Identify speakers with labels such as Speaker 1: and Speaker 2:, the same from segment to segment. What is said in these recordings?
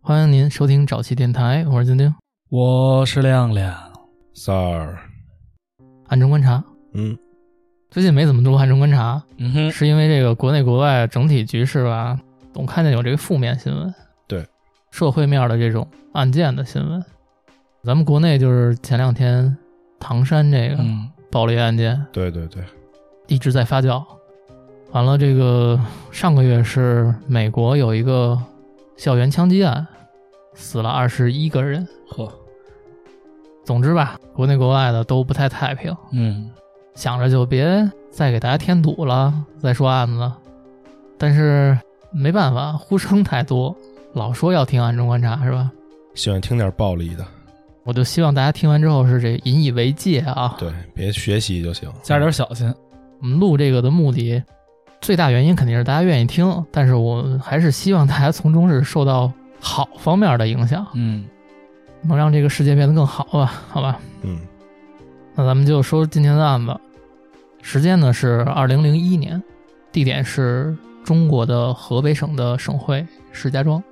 Speaker 1: 欢迎您收听早期电台，我是丁丁。
Speaker 2: 我是亮亮，
Speaker 3: 三儿，
Speaker 1: 暗中观察
Speaker 3: 嗯，
Speaker 1: 最近没怎么录暗中观察，
Speaker 2: 嗯哼，
Speaker 1: 是因为这个国内国外整体局势吧，总看见有这个负面新闻，
Speaker 3: 对
Speaker 1: 社会面的这种案件的新闻。咱们国内就是前两天唐山这个
Speaker 2: 嗯，
Speaker 1: 暴力案件
Speaker 3: 对对对，
Speaker 1: 一直在发酵，完了这个上个月是美国有一个校园枪击案，死了二十一个人。
Speaker 2: 呵，
Speaker 1: 总之吧，国内国外的都不太太平。
Speaker 2: 嗯，
Speaker 1: 想着就别再给大家添堵了，再说案子。但是没办法，呼声太多，老说要听暗中观察是吧？
Speaker 3: 喜欢听点暴力的，
Speaker 1: 我就希望大家听完之后是这引以为戒啊。
Speaker 3: 对，别学习就行。
Speaker 2: 加点小心，
Speaker 1: 我们录这个的目的，最大原因肯定是大家愿意听，但是我还是希望大家从中是受到好方面的影响，
Speaker 2: 嗯，
Speaker 1: 能让这个世界变得更好吧？好吧，
Speaker 3: 嗯
Speaker 1: 那咱们就说今天的案子，时间呢是二零零一年，地点是中国的河北省的省会石家庄。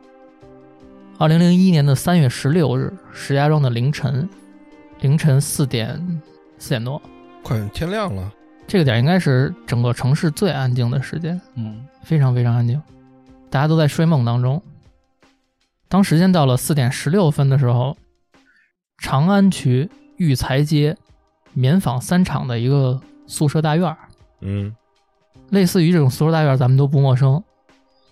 Speaker 1: 二零零一年的三月十六日，石家庄的凌晨，凌晨四点四点多，
Speaker 3: 快天亮了，
Speaker 1: 这个点应该是整个城市最安静的时间，
Speaker 2: 嗯，
Speaker 1: 非常非常安静，大家都在睡梦当中。当时间到了四点十六分的时候，长安区育才街棉纺三厂的一个宿舍大院儿，
Speaker 3: 嗯，
Speaker 1: 类似于这种宿舍大院儿咱们都不陌生，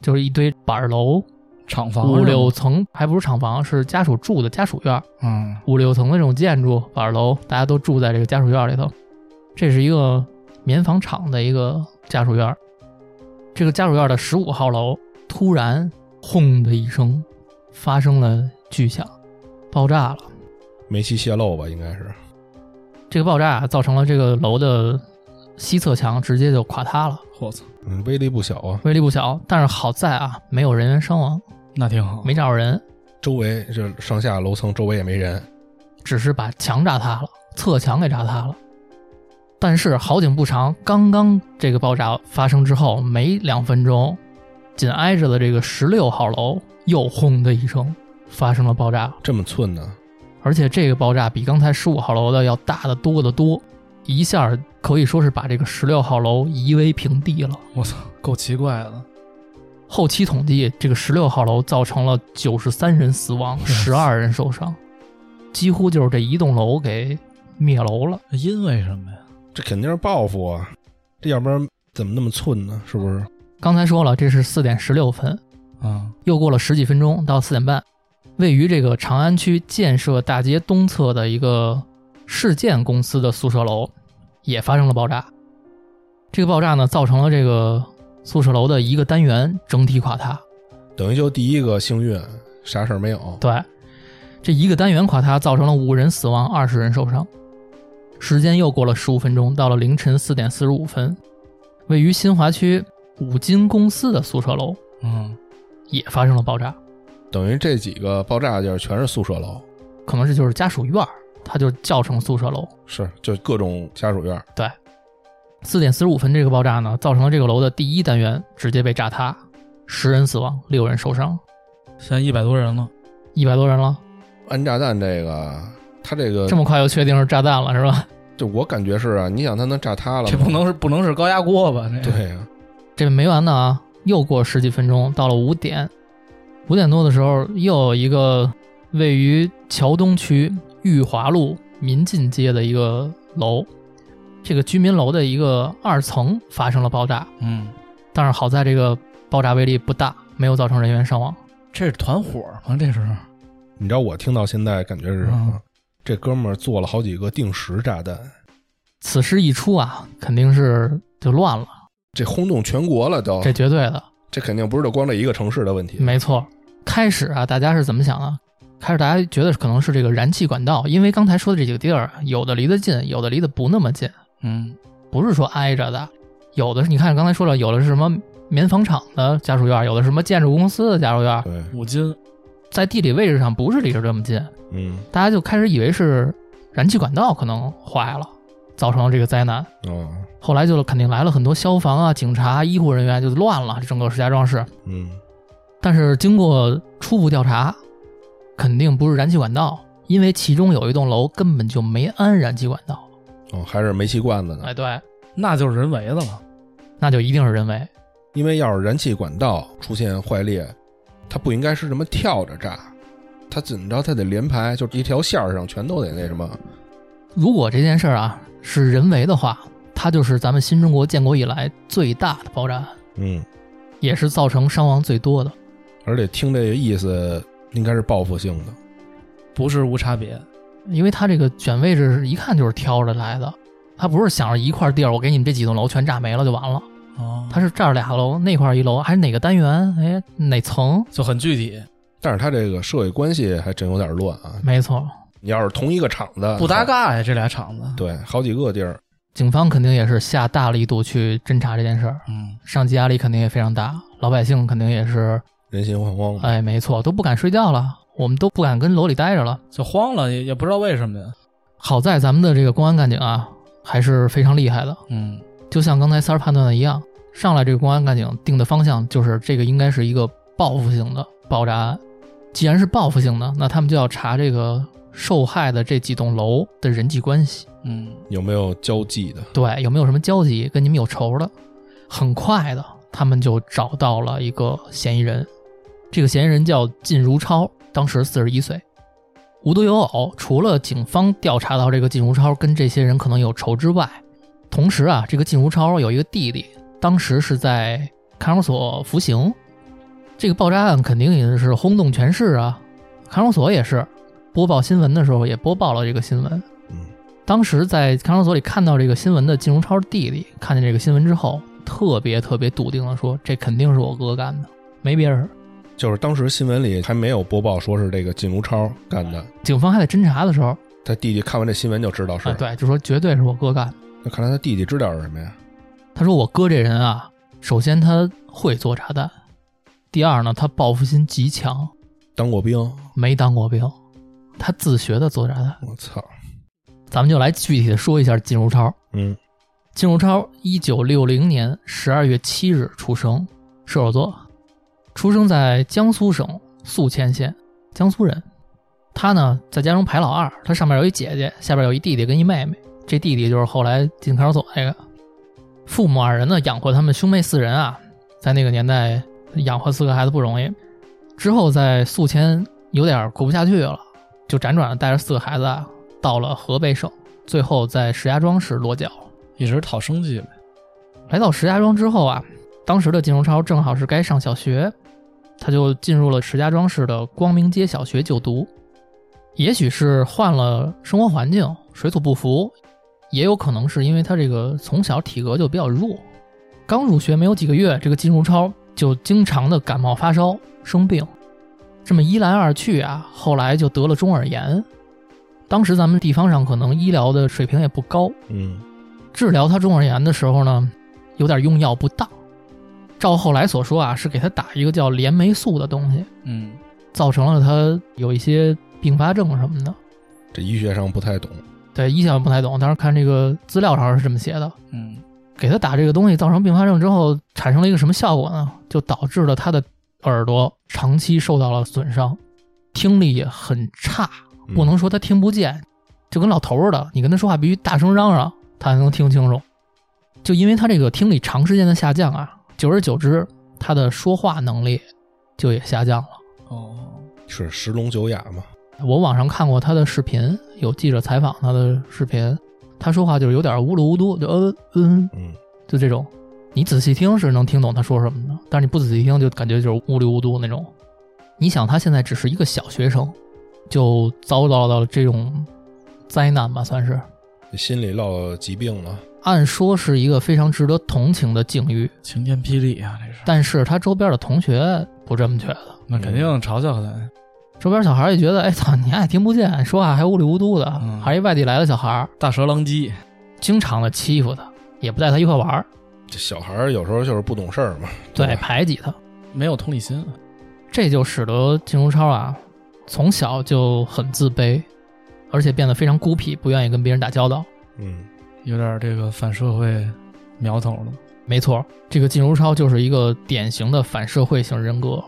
Speaker 1: 就是一堆板楼，
Speaker 2: 厂房
Speaker 1: 五
Speaker 2: 是吗
Speaker 1: 六，层，还不是厂房，是家属住的家属院儿，
Speaker 2: 嗯，
Speaker 1: 五六层的这种建筑板楼，大家都住在这个家属院里头。这是一个棉纺厂的一个家属院儿，这个家属院的十五号楼突然轰的一声发生了巨响，爆炸了。
Speaker 3: 煤气泄漏吧，应该是，
Speaker 1: 这个爆炸造成了这个楼的西侧墙直接就垮塌了，
Speaker 2: 我操，
Speaker 3: 嗯，威力不小啊。
Speaker 1: 威力不小。但是好在啊，没有人员伤亡，
Speaker 2: 那挺好，
Speaker 1: 没炸着人，
Speaker 3: 周围这上下楼层周围也没人，
Speaker 1: 只是把墙炸塌了，侧墙给炸塌了。但是好景不长，刚刚这个爆炸发生之后没两分钟，紧挨着的这个十六号楼又轰的一声发生了爆炸，
Speaker 3: 这么寸呢，
Speaker 1: 而且这个爆炸比刚才十五号楼的要大得多得多，一下可以说是把这个十六号楼夷为平地了。
Speaker 2: 我操，够奇怪的，
Speaker 1: 后期统计，这个十六号楼造成了九十三人死亡，十二人受伤，几乎就是这一栋楼给灭楼了。
Speaker 2: 因为什么呀？
Speaker 3: 这肯定是报复啊，这要不然怎么那么寸呢？是不是？
Speaker 1: 刚才说了，这是四点十六分，
Speaker 2: 啊，
Speaker 1: 又过了十几分钟到四点半，位于这个长安区建设大街东侧的一个市建公司的宿舍楼也发生了爆炸。这个爆炸呢，造成了这个宿舍楼的一个单元整体垮塌。
Speaker 3: 等于就第一个幸运，啥事儿没有。
Speaker 1: 对，这一个单元垮塌造成了五人死亡，二十人受伤。时间又过了十五分钟，到了凌晨四点四十五分，位于新华区五金公司的宿舍楼
Speaker 2: 嗯，
Speaker 1: 也发生了爆炸。
Speaker 3: 等于这几个爆炸地儿全是宿舍楼，
Speaker 1: 可能是就是家属院儿，它就叫成宿舍楼。
Speaker 3: 是就各种家属院儿，
Speaker 1: 四点四十五分这个爆炸呢，造成了这个楼的第一单元直接被炸塌，十人死亡，六人受伤，
Speaker 2: 现在一百多人了，
Speaker 1: 一百多人了。
Speaker 3: 安炸弹这个，他这个
Speaker 1: 这么快就确定是炸弹了是吧？
Speaker 3: 就我感觉是啊，你想他能炸塌了吗？
Speaker 2: 这不能是不能是高压锅吧？这
Speaker 3: 对啊呀、
Speaker 1: 这没完呢啊！又过十几分钟，到了五点，五点多的时候，又有一个位于桥东区裕华路民进街的一个楼，这个居民楼的一个二层发生了爆炸，
Speaker 2: 嗯，
Speaker 1: 但是好在这个爆炸威力不大，没有造成人员伤亡。
Speaker 2: 这是团伙吗？这是，
Speaker 3: 你知道我听到现在感觉是什么？
Speaker 2: 嗯
Speaker 3: 这哥们儿做了好几个定时炸弹，
Speaker 1: 此事一出啊，肯定是就乱了，
Speaker 3: 这轰动全国了都。
Speaker 1: 这绝对的，
Speaker 3: 这肯定不是就光这一个城市的问题。
Speaker 1: 没错。开始啊，大家是怎么想的？开始大家觉得可能是这个燃气管道，因为刚才说的这几个地儿，有的离得近，有的离得不那么近，
Speaker 2: 嗯，
Speaker 1: 不是说挨着的。有的是你看刚才说了，有的是什么棉纺厂的家属院，有的是什么建筑公司的家属院，
Speaker 3: 对，
Speaker 2: 五金，
Speaker 1: 在地理位置上不是离着这么近，
Speaker 3: 嗯，
Speaker 1: 大家就开始以为是燃气管道可能坏了，造成了这个灾难。
Speaker 3: 哦，
Speaker 1: 后来就肯定来了很多消防啊、警察、医护人员，就乱了整个石家庄市。
Speaker 3: 嗯，
Speaker 1: 但是经过初步调查，肯定不是燃气管道，因为其中有一栋楼根本就没安燃气管道。
Speaker 3: 哦，还是煤气罐子呢
Speaker 1: 哎，。对，
Speaker 2: 那就是人为的了。
Speaker 1: 那就一定是人为。
Speaker 3: 因为要是燃气管道出现坏裂，它不应该是这么跳着炸，它怎么着它得连排，就一条线儿上全都得那什么。
Speaker 1: 如果这件事儿啊是人为的话，它就是咱们新中国建国以来最大的爆炸案，
Speaker 3: 嗯，
Speaker 1: 也是造成伤亡最多的。
Speaker 3: 而且听这个意思，应该是报复性的。
Speaker 2: 不是无差别，
Speaker 1: 因为它这个选位置是一看就是挑着来的，它不是想着一块地儿我给你们这几栋楼全炸没了就完了，
Speaker 2: 哦，
Speaker 1: 它是这儿俩楼那块儿一楼，还是哪个单元，哎哪层？
Speaker 2: 就很具体，
Speaker 3: 但是它这个社会关系还真有点乱啊！
Speaker 1: 没错，
Speaker 3: 你要是同一个厂子，
Speaker 2: 不搭嘎呀，这俩厂子。
Speaker 3: 对，好几个地儿，
Speaker 1: 警方肯定也是下大力度去侦查这件事儿，
Speaker 2: 嗯，
Speaker 1: 上级压力肯定也非常大，老百姓肯定也是，
Speaker 3: 人心惶惶嘛。
Speaker 1: 哎，没错，都不敢睡觉了，我们都不敢跟楼里待着了。
Speaker 2: 就慌了，也也不知道为什么呀。
Speaker 1: 好在咱们的这个公安干警啊，还是非常厉害的。
Speaker 2: 嗯，
Speaker 1: 就像刚才三儿判断的一样，上来这个公安干警定的方向就是这个应该是一个报复性的爆炸案。既然是报复性的，那他们就要查这个受害的这几栋楼的人际关系，
Speaker 2: 嗯，
Speaker 3: 有没有交际的？
Speaker 1: 对，有没有什么交集，跟你们有仇的。很快的，他们就找到了一个嫌疑人，这个嫌疑人叫靳如超，当时四十一岁。无独有偶，除了警方调查到这个靳如超跟这些人可能有仇之外，同时啊，这个靳如超有一个弟弟，当时是在看守所服刑。这个爆炸案肯定也是轰动全市啊，看守所也是播报新闻的时候也播报了这个新闻。
Speaker 3: 嗯，
Speaker 1: 当时在看守所里看到这个新闻的金荣超弟弟，看见这个新闻之后，特别特别笃定的说：“这肯定是我哥干的，没别人。
Speaker 3: 就是当时新闻里还没有播报说是这个靳如超干的，”
Speaker 1: 警方还在侦查的时候，
Speaker 3: 他弟弟看完这新闻就知道是。
Speaker 1: 啊，对，就说绝对是我哥干的。
Speaker 3: 那看来他弟弟知道是什么呀？
Speaker 1: 他说：“我哥这人啊，首先他会做炸弹，第二呢，他报复心极强，
Speaker 3: 当过兵，
Speaker 1: 没当过兵，他自学的做炸弹。
Speaker 3: 我操！”
Speaker 1: 咱们就来具体的说一下金如超。
Speaker 3: 嗯，
Speaker 1: 金如超，一九六零年十二月七日出生，射手座，出生在江苏省宿迁县，江苏人。他呢在家中排老二，他上面有一姐姐，下边有一弟弟跟一妹妹。这弟弟就是后来进看守所那个。父母二人呢养活他们兄妹四人啊，在那个年代养活四个孩子不容易。之后在宿迁有点过不下去了，就辗转带着四个孩子啊到了河北省，最后在石家庄市落脚。
Speaker 2: 一直讨生计呗。
Speaker 1: 来到石家庄之后啊，当时的金荣超正好是该上小学，他就进入了石家庄市的光明街小学就读。也许是换了生活环境，水土不服，也有可能是因为他这个从小体格就比较弱，刚入学没有几个月，这个金如超就经常的感冒发烧生病，这么一来二去啊，后来就得了中耳炎。当时咱们地方上可能医疗的水平也不高，
Speaker 3: 嗯，
Speaker 1: 治疗他中耳炎的时候呢，有点用药不当。照后来所说啊，是给他打一个叫链霉素的东西，
Speaker 2: 嗯，
Speaker 1: 造成了他有一些并发症什么的。
Speaker 3: 这医学上不太懂。
Speaker 1: 对，医学不太懂，但是看这个资料上是这么写的。
Speaker 2: 嗯，
Speaker 1: 给他打这个东西造成并发症之后，产生了一个什么效果呢？就导致了他的耳朵长期受到了损伤，听力也很差。
Speaker 3: 嗯
Speaker 1: 不能说他听不见，就跟老头儿似的，你跟他说话必须大声嚷嚷，他才能听清楚。就因为他这个听力长时间的下降啊，久而久之，他的说话能力就也下降了。
Speaker 2: 哦，
Speaker 3: 是十聋九哑嘛？
Speaker 1: 我网上看过他的视频，有记者采访他的视频，他说话就是有点呜噜呜嘟，就嗯嗯，
Speaker 3: 嗯，
Speaker 1: 就这种。你仔细听是能听懂他说什么的，但是你不仔细听就感觉就是呜里呜嘟那种。你想他现在只是一个小学生，就遭到了这种灾难吧，算是。
Speaker 3: 心里落疾病了。
Speaker 1: 按说是一个非常值得同情的境遇，
Speaker 2: 晴天霹雳啊，这是。
Speaker 1: 但是他周边的同学不这么觉得，
Speaker 2: 那肯定嘲笑他。
Speaker 1: 周边小孩也觉得，哎操，你还听不见，说话还呜里呜嘟的，
Speaker 2: 嗯
Speaker 1: 还是一外地来的小孩，
Speaker 2: 大蛇狼藉，
Speaker 1: 经常的欺负他，也不带他一块玩儿，
Speaker 3: 这小孩儿有时候就是不懂事儿嘛。
Speaker 1: 对，
Speaker 3: 吧
Speaker 1: 排挤他，
Speaker 2: 没有同理心。
Speaker 1: 这就使得金如超啊，从小就很自卑，而且变得非常孤僻，不愿意跟别人打交道。
Speaker 3: 嗯，
Speaker 2: 有点这个反社会苗头了。
Speaker 1: 没错，这个靳如超就是一个典型的反社会型人格。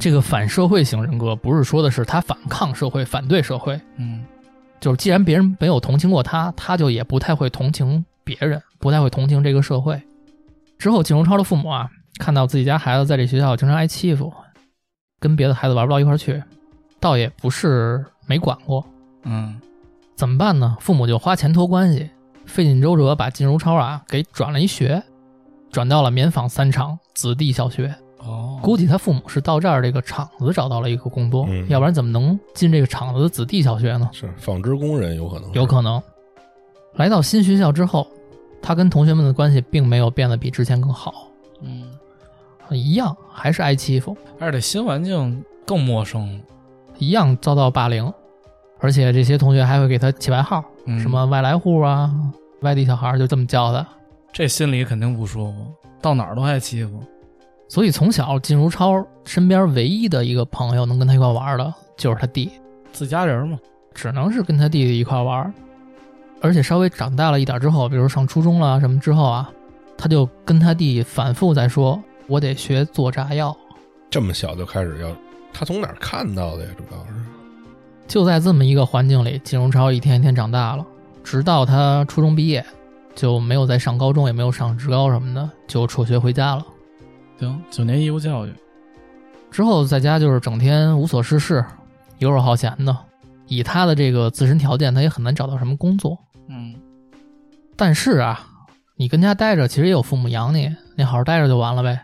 Speaker 1: 这个反社会型人格不是说的是他反抗社会、反对社会，
Speaker 2: 嗯
Speaker 1: 就是既然别人没有同情过他，他就也不太会同情别人，不太会同情这个社会。之后，景荣超的父母啊，看到自己家孩子在这学校经常挨欺负，跟别的孩子玩不到一块儿去，倒也不是没管过。
Speaker 2: 嗯
Speaker 1: 怎么办呢？父母就花钱托关系，费尽周折把金如超啊给转了一学，转到了棉纺三厂子弟小学。
Speaker 2: 哦，
Speaker 1: 估计他父母是到这儿这个厂子找到了一个工作，
Speaker 3: 嗯
Speaker 1: 要不然怎么能进这个厂子的子弟小学呢？
Speaker 3: 是纺织工人有可能是，
Speaker 1: 有可能。来到新学校之后，他跟同学们的关系并没有变得比之前更好，
Speaker 2: 嗯，
Speaker 1: 一样还是挨欺负，
Speaker 2: 而且这新环境更陌生了，
Speaker 1: 一样遭到霸凌，而且这些同学还会给他起外号，
Speaker 2: 嗯
Speaker 1: 什么外来户啊、外地小孩儿，就这么叫他。
Speaker 2: 这心里肯定不舒服，到哪儿都挨欺负。
Speaker 1: 所以从小靳如超身边唯一的一个朋友能跟他一块玩的，就是他弟，
Speaker 2: 自家人嘛，
Speaker 1: 只能是跟他弟弟一块玩。而且稍微长大了一点之后，比如上初中了什么之后啊，他就跟他弟反复在说：“我得学做炸药。
Speaker 3: 这么小就开始要，他从哪儿看到的呀？主要是，”
Speaker 1: 就在这么一个环境里，靳如超一天一天长大了，直到他初中毕业，就没有再上高中，也没有上职高什么的，就辍学回家了。
Speaker 2: 行，九年义务教育，
Speaker 1: 之后在家就是整天无所事事，游手好闲的。以他的这个自身条件，他也很难找到什么工作。
Speaker 2: 嗯
Speaker 1: 但是啊，你跟家待着，其实也有父母养你，你好好待着就完了呗。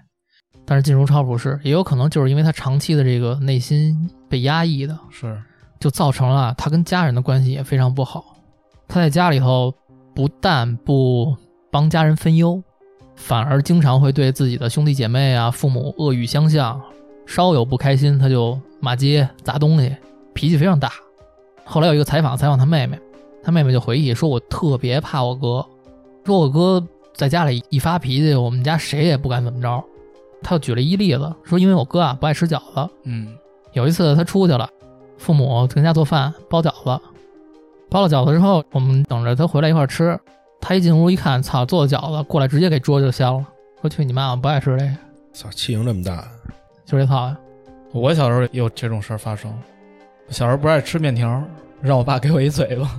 Speaker 1: 但是进如超不是，也有可能就是因为他长期的这个内心被压抑的，
Speaker 2: 是，
Speaker 1: 就造成了他跟家人的关系也非常不好。他在家里头不但不帮家人分忧，反而经常会对自己的兄弟姐妹啊、父母恶语相向，稍有不开心他就骂街、砸东西，脾气非常大。后来有一个采访，采访他妹妹，他妹妹就回忆说：“我特别怕我哥，说我哥在家里一发脾气，我们家谁也不敢怎么着。”他又举了一例子，说因为我哥啊不爱吃饺子，
Speaker 2: 嗯
Speaker 1: 有一次他出去了，父母跟家做饭包饺子，包了饺子之后，我们等着他回来一块儿吃。他一进屋一看，操，做的饺子过来直接给桌就掀了，说去你妈，我不爱吃这个，
Speaker 3: 操，气性这么大，
Speaker 1: 就这套呀。
Speaker 2: 我小时候也有这种事儿发生。我小时候不爱吃面条，让我爸给我一嘴巴。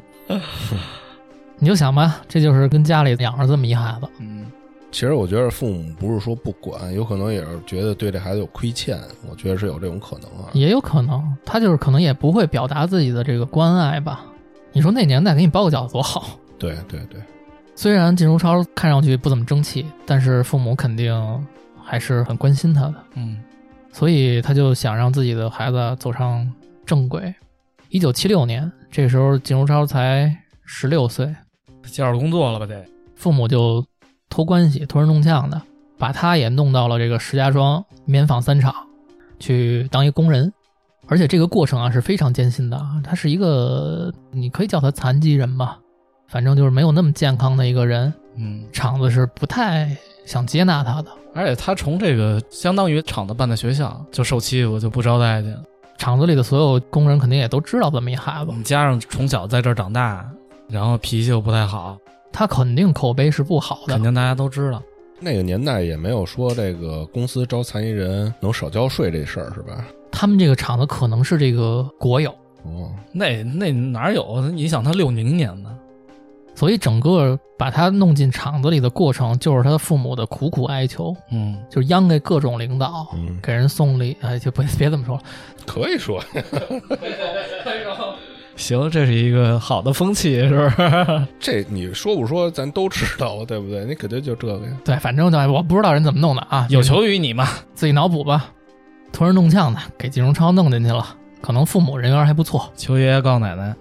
Speaker 1: 你就想吧，这就是跟家里养着这么一孩子，
Speaker 2: 嗯，
Speaker 3: 其实我觉得父母不是说不管，有可能也是觉得对这孩子有亏欠，我觉得是有这种可能啊。
Speaker 1: 也有可能他就是可能也不会表达自己的这个关爱吧。你说那年代给你包个饺子多好，
Speaker 3: 对对对，
Speaker 1: 虽然靳如超看上去不怎么争气，但是父母肯定还是很关心他的。
Speaker 2: 嗯，
Speaker 1: 所以他就想让自己的孩子走上正轨。一九七六年，这个时候景如超才十六岁，
Speaker 2: 介绍工作了吧得？
Speaker 1: 父母就托关系、托人弄呛的，把他也弄到了这个石家庄棉纺三厂去当一工人。而且这个过程啊是非常艰辛的啊，他是一个你可以叫他残疾人吧，反正就是没有那么健康的一个人，
Speaker 2: 嗯，
Speaker 1: 厂子是不太想接纳他的。
Speaker 2: 而且他从这个相当于厂子办的学校就受欺负，就不招待去。
Speaker 1: 厂子里的所有工人肯定也都知道这么一孩子
Speaker 2: 我，们加上从小在这儿长大，然后脾气又不太好，
Speaker 1: 他肯定口碑是不好的
Speaker 2: 肯。定大家都知道。
Speaker 3: 那个年代也没有说这个公司招残疾人能少交税这事儿是吧？
Speaker 1: 他们这个厂子可能是这个国有，
Speaker 3: 哦，
Speaker 2: 那那哪有？你想他六零年的，
Speaker 1: 所以整个把他弄进厂子里的过程，就是他父母的苦苦哀求，
Speaker 2: 嗯，
Speaker 1: 就是央给各种领导，
Speaker 3: 嗯，
Speaker 1: 给人送礼，哎，就不别这么说了，
Speaker 3: 可以说，
Speaker 2: 行，这是一个好的风气，是不 是？
Speaker 3: 这你说不说咱都知道，啊对不对？你肯定就这个呀。
Speaker 1: 对，反正就我不知道人怎么弄的啊，
Speaker 2: 有求于你嘛。
Speaker 1: 自己脑补吧，托人弄呛的，给金融超弄进去了，可能父母人缘还不错，
Speaker 2: 求爷爷告奶奶，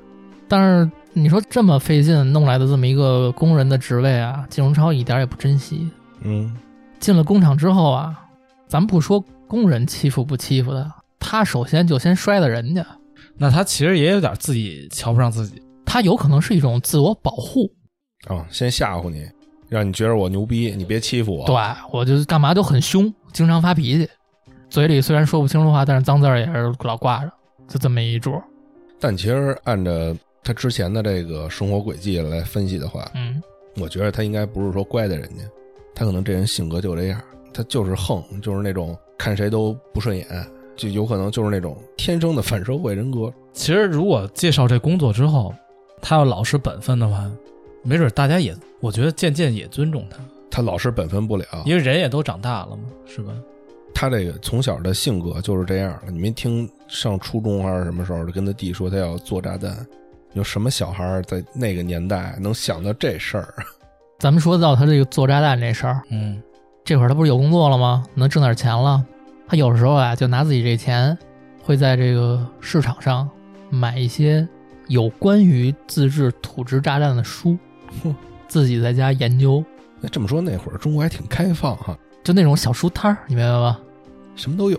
Speaker 1: 但是你说这么费劲弄来的这么一个工人的职位啊，金融超一点也不珍惜，
Speaker 3: 嗯，
Speaker 1: 进了工厂之后啊，咱不说工人欺负不欺负他，他首先就先摔了人家，
Speaker 2: 那他其实也有点自己瞧不上自己。
Speaker 1: 他有可能是一种自我保护。
Speaker 3: 啊、先吓唬你，让你觉得我牛逼，你别欺负我。
Speaker 1: 对我就是干嘛都很凶，经常发脾气，嘴里虽然说不清楚话，但是脏字儿也是老挂着，就这么一桌。
Speaker 3: 但其实按照他之前的这个生活轨迹来分析的话，
Speaker 1: 嗯，
Speaker 3: 我觉得他应该不是说乖的人家，他可能这人性格就这样，他就是横，就是那种看谁都不顺眼，就有可能就是那种天生的反社会人格。
Speaker 2: 其实如果介绍这工作之后，他要老实本分的话，没准大家也，我觉得渐渐也尊重他，
Speaker 3: 他老是本分不了，
Speaker 2: 因为人也都长大了嘛，是吧？
Speaker 3: 他这个从小的性格就是这样。你没听上初中还是什么时候，就跟他弟说他要做炸弹。有什么小孩儿在那个年代能想到这事儿？
Speaker 1: 咱们说到他这个做炸弹这事儿，
Speaker 2: 嗯，
Speaker 1: 这会儿他不是有工作了吗？能挣点钱了。他有时候啊，就拿自己这钱，会在这个市场上买一些有关于自制土制炸弹的书
Speaker 3: 哼，
Speaker 1: 自己在家研究，
Speaker 3: 那这么说，那会儿中国还挺开放哈，
Speaker 1: 就那种小书摊儿，你明白吧？
Speaker 3: 什么都有，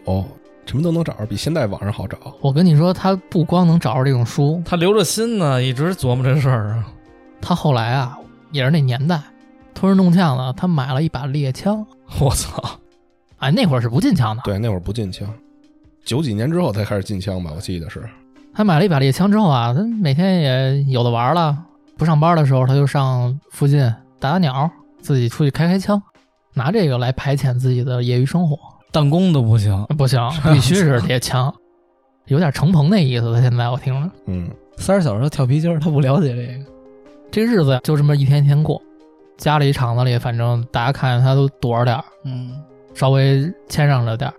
Speaker 3: 什么都能找着，比现在网上好找。
Speaker 1: 我跟你说，他不光能找着这种书，
Speaker 2: 他留着心呢，一直琢磨这事儿啊。
Speaker 1: 他后来啊，也是那年代，吞人弄呛的，他买了一把猎枪。
Speaker 2: 我操，
Speaker 1: 哎，那会儿是不禁枪的，
Speaker 3: 对，那会儿不禁枪，九几年之后才开始禁枪吧，我记得是。
Speaker 1: 他买了一把猎枪之后啊，他每天也有的玩了。不上班的时候，他就上附近打打鸟，自己出去开开枪，拿这个来排遣自己的业余生活。
Speaker 2: 弹弓都不行，
Speaker 1: 不行，必须是猎枪，有点程鹏那意思了。现在我听着，
Speaker 3: 嗯，
Speaker 2: 三十小时他跳皮筋儿，他不了解这个。
Speaker 1: 这日子就这么一天一天过。家里厂子里，反正大家看见他都躲着点儿，
Speaker 2: 嗯，
Speaker 1: 稍微谦让着点儿。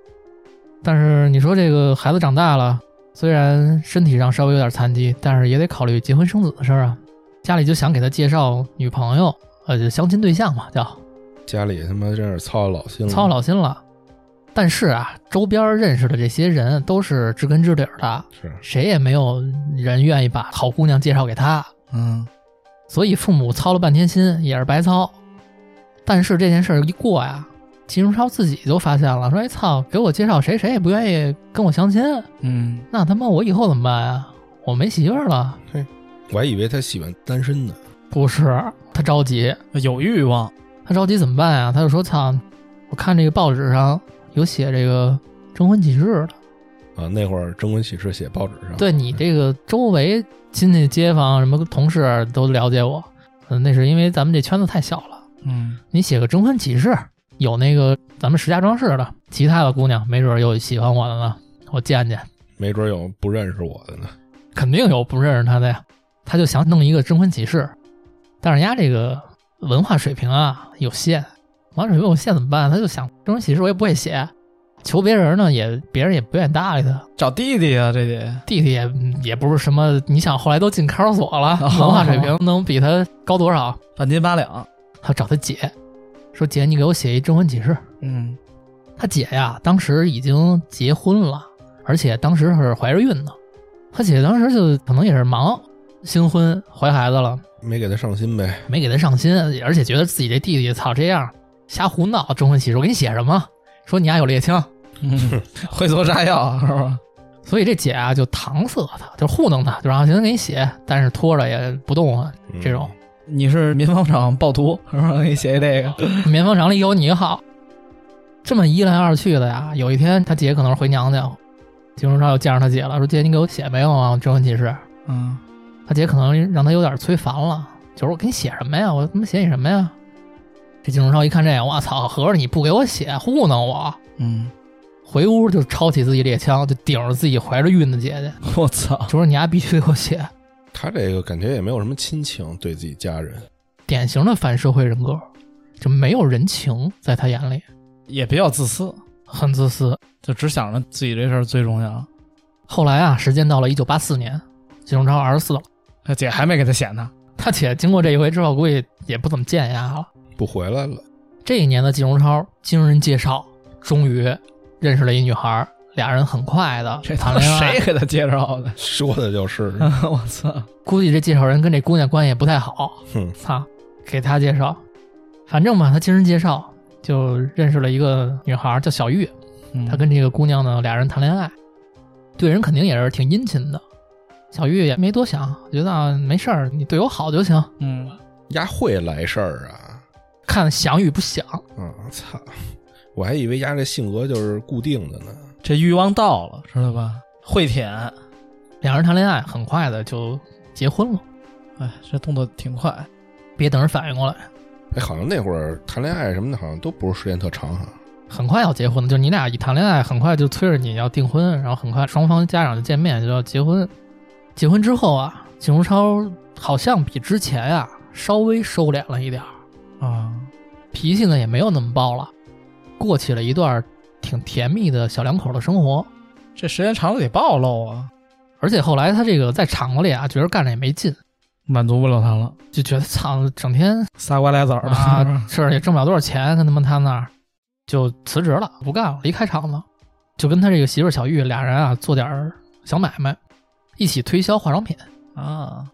Speaker 1: 但是你说这个孩子长大了，虽然身体上稍微有点残疾，但是也得考虑结婚生子的事儿啊。家里就想给他介绍女朋友，呃，就相亲对象嘛，叫
Speaker 3: 家里他妈真是操老心了，
Speaker 1: 操老心了。但是啊，周边认识的这些人都是知根知底儿的，
Speaker 3: 是
Speaker 1: 谁也没有人愿意把好姑娘介绍给他，
Speaker 2: 嗯，
Speaker 1: 所以父母操了半天心也是白操。但是这件事儿一过呀，金荣超自己就发现了，说：“哎操，给我介绍谁谁也不愿意跟我相亲，
Speaker 2: 嗯，
Speaker 1: 那他妈我以后怎么办呀？我没媳妇儿了。
Speaker 3: 我还以为他喜欢单身呢。”
Speaker 1: 不是，他着急，
Speaker 2: 有欲望，
Speaker 1: 他着急怎么办呀？他就说：“操，我看这个报纸上有写这个征婚启事的，
Speaker 3: 啊，那会儿征婚启事写报纸上，
Speaker 1: 对你这个周围亲戚、街坊什么同事都了解我，嗯，那是因为咱们这圈子太小了。”
Speaker 2: 嗯，
Speaker 1: 你写个征婚启事，有那个咱们石家庄市的，其他的姑娘没准儿有喜欢我的呢，我见见，
Speaker 3: 没准有不认识我的呢。
Speaker 1: 肯定有不认识他的呀。他就想弄一个征婚启事，但是人家这个文化水平啊有限，文化水平有限怎么办？啊他就想征婚启事我也不会写，求别人呢也别人也不愿意搭理他，
Speaker 2: 找弟弟啊，这得
Speaker 1: 弟弟也也不是什么，你想后来都进看守所了，
Speaker 2: 哦
Speaker 1: 文化水平能比他高多少？
Speaker 2: 半斤八两。
Speaker 1: 他找他姐，说姐你给我写一征婚启事。
Speaker 2: 嗯，
Speaker 1: 他姐呀，当时已经结婚了，而且当时是怀着孕呢。他姐当时就可能也是忙，新婚怀孩子了，
Speaker 3: 没给他上心呗，
Speaker 1: 没给他上心，而且觉得自己这弟弟操这样瞎胡闹，征婚启事我给你写什么？说你丫有猎枪，
Speaker 2: 嗯会做炸药 是吧？
Speaker 1: 所以这姐啊就搪塞他，就糊弄他，就让他行给你写，但是拖着也不动啊。
Speaker 3: 嗯
Speaker 1: 这种
Speaker 2: 你是民防厂暴徒，是吧？给你写一这个。
Speaker 1: 棉纺厂里有你好，这么一来二去的呀，有一天他姐可能是回娘家，金荣超又见着他姐了，说姐你给我写没有啊征婚启事？
Speaker 2: 嗯，
Speaker 1: 他姐可能让他有点催烦了，就是我给你写什么呀？我他妈写你什么呀？这金钟超一看这个，我操，合着你不给我写，糊弄我！
Speaker 2: 嗯，
Speaker 1: 回屋就抄起自己猎枪，就顶着自己怀着孕的姐姐，
Speaker 2: 我操，
Speaker 1: 就说你丫必须给我写，
Speaker 3: 他这个感觉也没有什么亲情对自己家人，
Speaker 1: 典型的反社会人格，就没有人情，在他眼里
Speaker 2: 也比较自私，
Speaker 1: 很自私。
Speaker 2: 就只想着自己这事儿最重要。
Speaker 1: 后来啊，时间到了一九八四年，金钟超二十四了，
Speaker 2: 他姐还没给他写呢。
Speaker 1: 他姐经过这一回之后，估计也不怎么见丫了。
Speaker 3: 不回来了。
Speaker 1: 这一年的季荣超经人介绍，终于认识了一女孩儿，俩人很快的
Speaker 2: 这他
Speaker 1: 谈
Speaker 2: 妈
Speaker 1: 恋
Speaker 2: 谁
Speaker 1: 爱。
Speaker 2: 给他介绍的？
Speaker 3: 说的就是，
Speaker 2: 我操！
Speaker 1: 估计这介绍人跟这姑娘关系也不太好，
Speaker 3: 哼，
Speaker 1: 操，给他介绍，反正吧，他经人介绍就认识了一个女孩儿叫小玉，
Speaker 2: 嗯
Speaker 1: 他跟这个姑娘呢俩人谈恋爱，对人肯定也是挺殷勤的。小玉也没多想，觉得啊没事儿，你对我好就行，
Speaker 2: 嗯，
Speaker 3: 丫会来事儿啊！
Speaker 1: 看想与不想。
Speaker 3: 啊，操！我还以为丫这性格就是固定的呢。
Speaker 2: 这欲望到了，知道吧？会舔，
Speaker 1: 两人谈恋爱很快的就结婚了，
Speaker 2: 哎，这动作挺快。
Speaker 1: 别等人反应过来。
Speaker 3: 哎，好像那会儿谈恋爱什么的，好像都不是时间特长哈、
Speaker 1: 很快要结婚，就你俩一谈恋爱，很快就催着你要订婚，然后很快双方家长就见面就要结婚。结婚之后啊，景如超好像比之前啊稍微收敛了一点儿，
Speaker 2: 啊，
Speaker 1: 脾气呢也没有那么暴了，过起了一段挺甜蜜的小两口的生活。
Speaker 2: 这时间长了得暴露啊，
Speaker 1: 而且后来他这个在厂子里啊，觉得干着也没劲，
Speaker 2: 满足不了他了，
Speaker 1: 就觉得操，整天
Speaker 2: 仨瓜俩枣 的。
Speaker 1: 啊，是也挣不了多少钱，跟他们他们那儿就辞职了，不干了，离开厂子，就跟他这个媳妇儿小玉俩人啊做点儿小买卖，一起推销化妆品。
Speaker 2: 啊，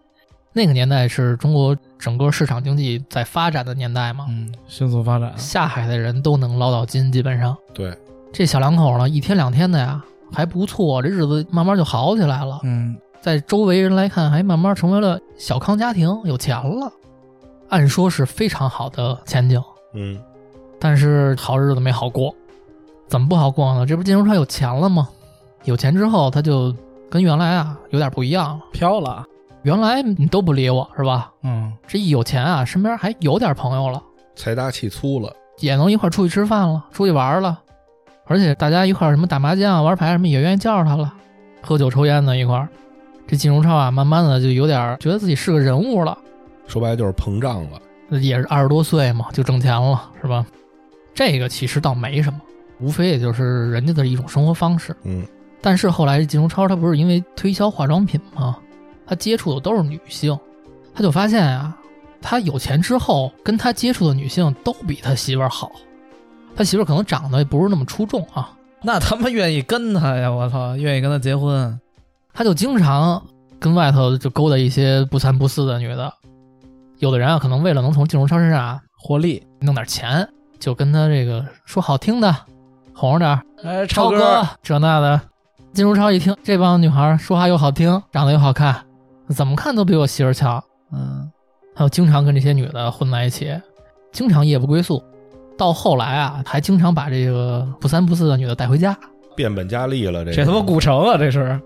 Speaker 1: 那个年代是中国整个市场经济在发展的年代嘛，
Speaker 2: 嗯，迅速发展，
Speaker 1: 下海的人都能捞到金，基本上
Speaker 3: 对，
Speaker 1: 这小两口呢，一天两天的呀还不错，这日子慢慢就好起来了。
Speaker 2: 嗯，
Speaker 1: 在周围人来看，还慢慢成为了小康家庭，有钱了，按说是非常好的前景。
Speaker 3: 嗯，
Speaker 1: 但是好日子没好过，怎么不好过呢？这不金融川有钱了吗？有钱之后，他就跟原来啊有点不一样了。
Speaker 2: 飘了，
Speaker 1: 原来你都不理我是吧？
Speaker 2: 嗯，
Speaker 1: 这一有钱啊，身边还有点朋友了，
Speaker 3: 财大气粗了，
Speaker 1: 也能一块儿出去吃饭了，出去玩了，而且大家一块儿什么打麻将啊、玩牌什么也愿意叫上他了，喝酒抽烟的一块儿。这金融超啊，慢慢的就有点觉得自己是个人物了，
Speaker 3: 说白了就是膨胀了。
Speaker 1: 也是二十多岁嘛，就挣钱了，是吧？这个其实倒没什么，无非也就是人家的一种生活方式。
Speaker 3: 嗯，
Speaker 1: 但是后来金荣超他不是因为推销化妆品吗？他接触的都是女性，他就发现啊，他有钱之后跟他接触的女性都比他媳妇儿好，他媳妇儿可能长得也不是那么出众啊，
Speaker 2: 那他妈愿意跟他呀？我操，愿意跟他结婚？
Speaker 1: 他就经常跟外头就勾搭一些不三不四的女的，有的人啊可能为了能从金荣超身上啊
Speaker 2: 获利？
Speaker 1: 弄点钱，就跟他这个说好听的，哄着点儿，
Speaker 2: 哎，
Speaker 1: 超
Speaker 2: 哥，
Speaker 1: 这那的。金如超一听，这帮女孩儿说话又好听，长得又好看，怎么看都比我媳妇儿强。
Speaker 2: 嗯，
Speaker 1: 他就经常跟这些女的混在一起，经常夜不归宿。到后来啊，还经常把这个不三不四的女的带回家。
Speaker 3: 变本加厉了，这
Speaker 2: 这他妈
Speaker 3: 故
Speaker 2: 古城啊，这是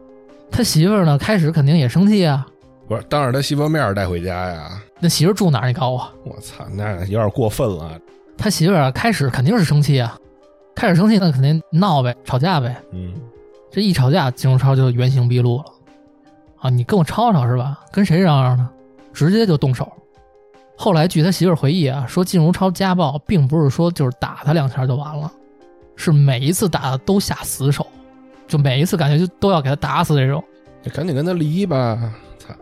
Speaker 1: 他媳妇儿呢，开始肯定也生气啊。
Speaker 3: 不是当着他媳妇面儿带回家呀！
Speaker 1: 那媳妇儿住哪儿？你告诉我。
Speaker 3: 我操，那有点过分了。
Speaker 1: 他媳妇儿啊，开始肯定是生气啊，开始生气那肯定闹呗，吵架呗。
Speaker 3: 嗯，
Speaker 1: 这一吵架，金荣超就原形毕露了。啊，你跟我吵吵是吧？跟谁嚷嚷呢？直接就动手。后来据他媳妇儿回忆啊，说金荣超家暴并不是说就是打他两下就完了，是每一次打的都下死手，就每一次感觉就都要给他打死这种。
Speaker 3: 你赶紧跟他离吧！操，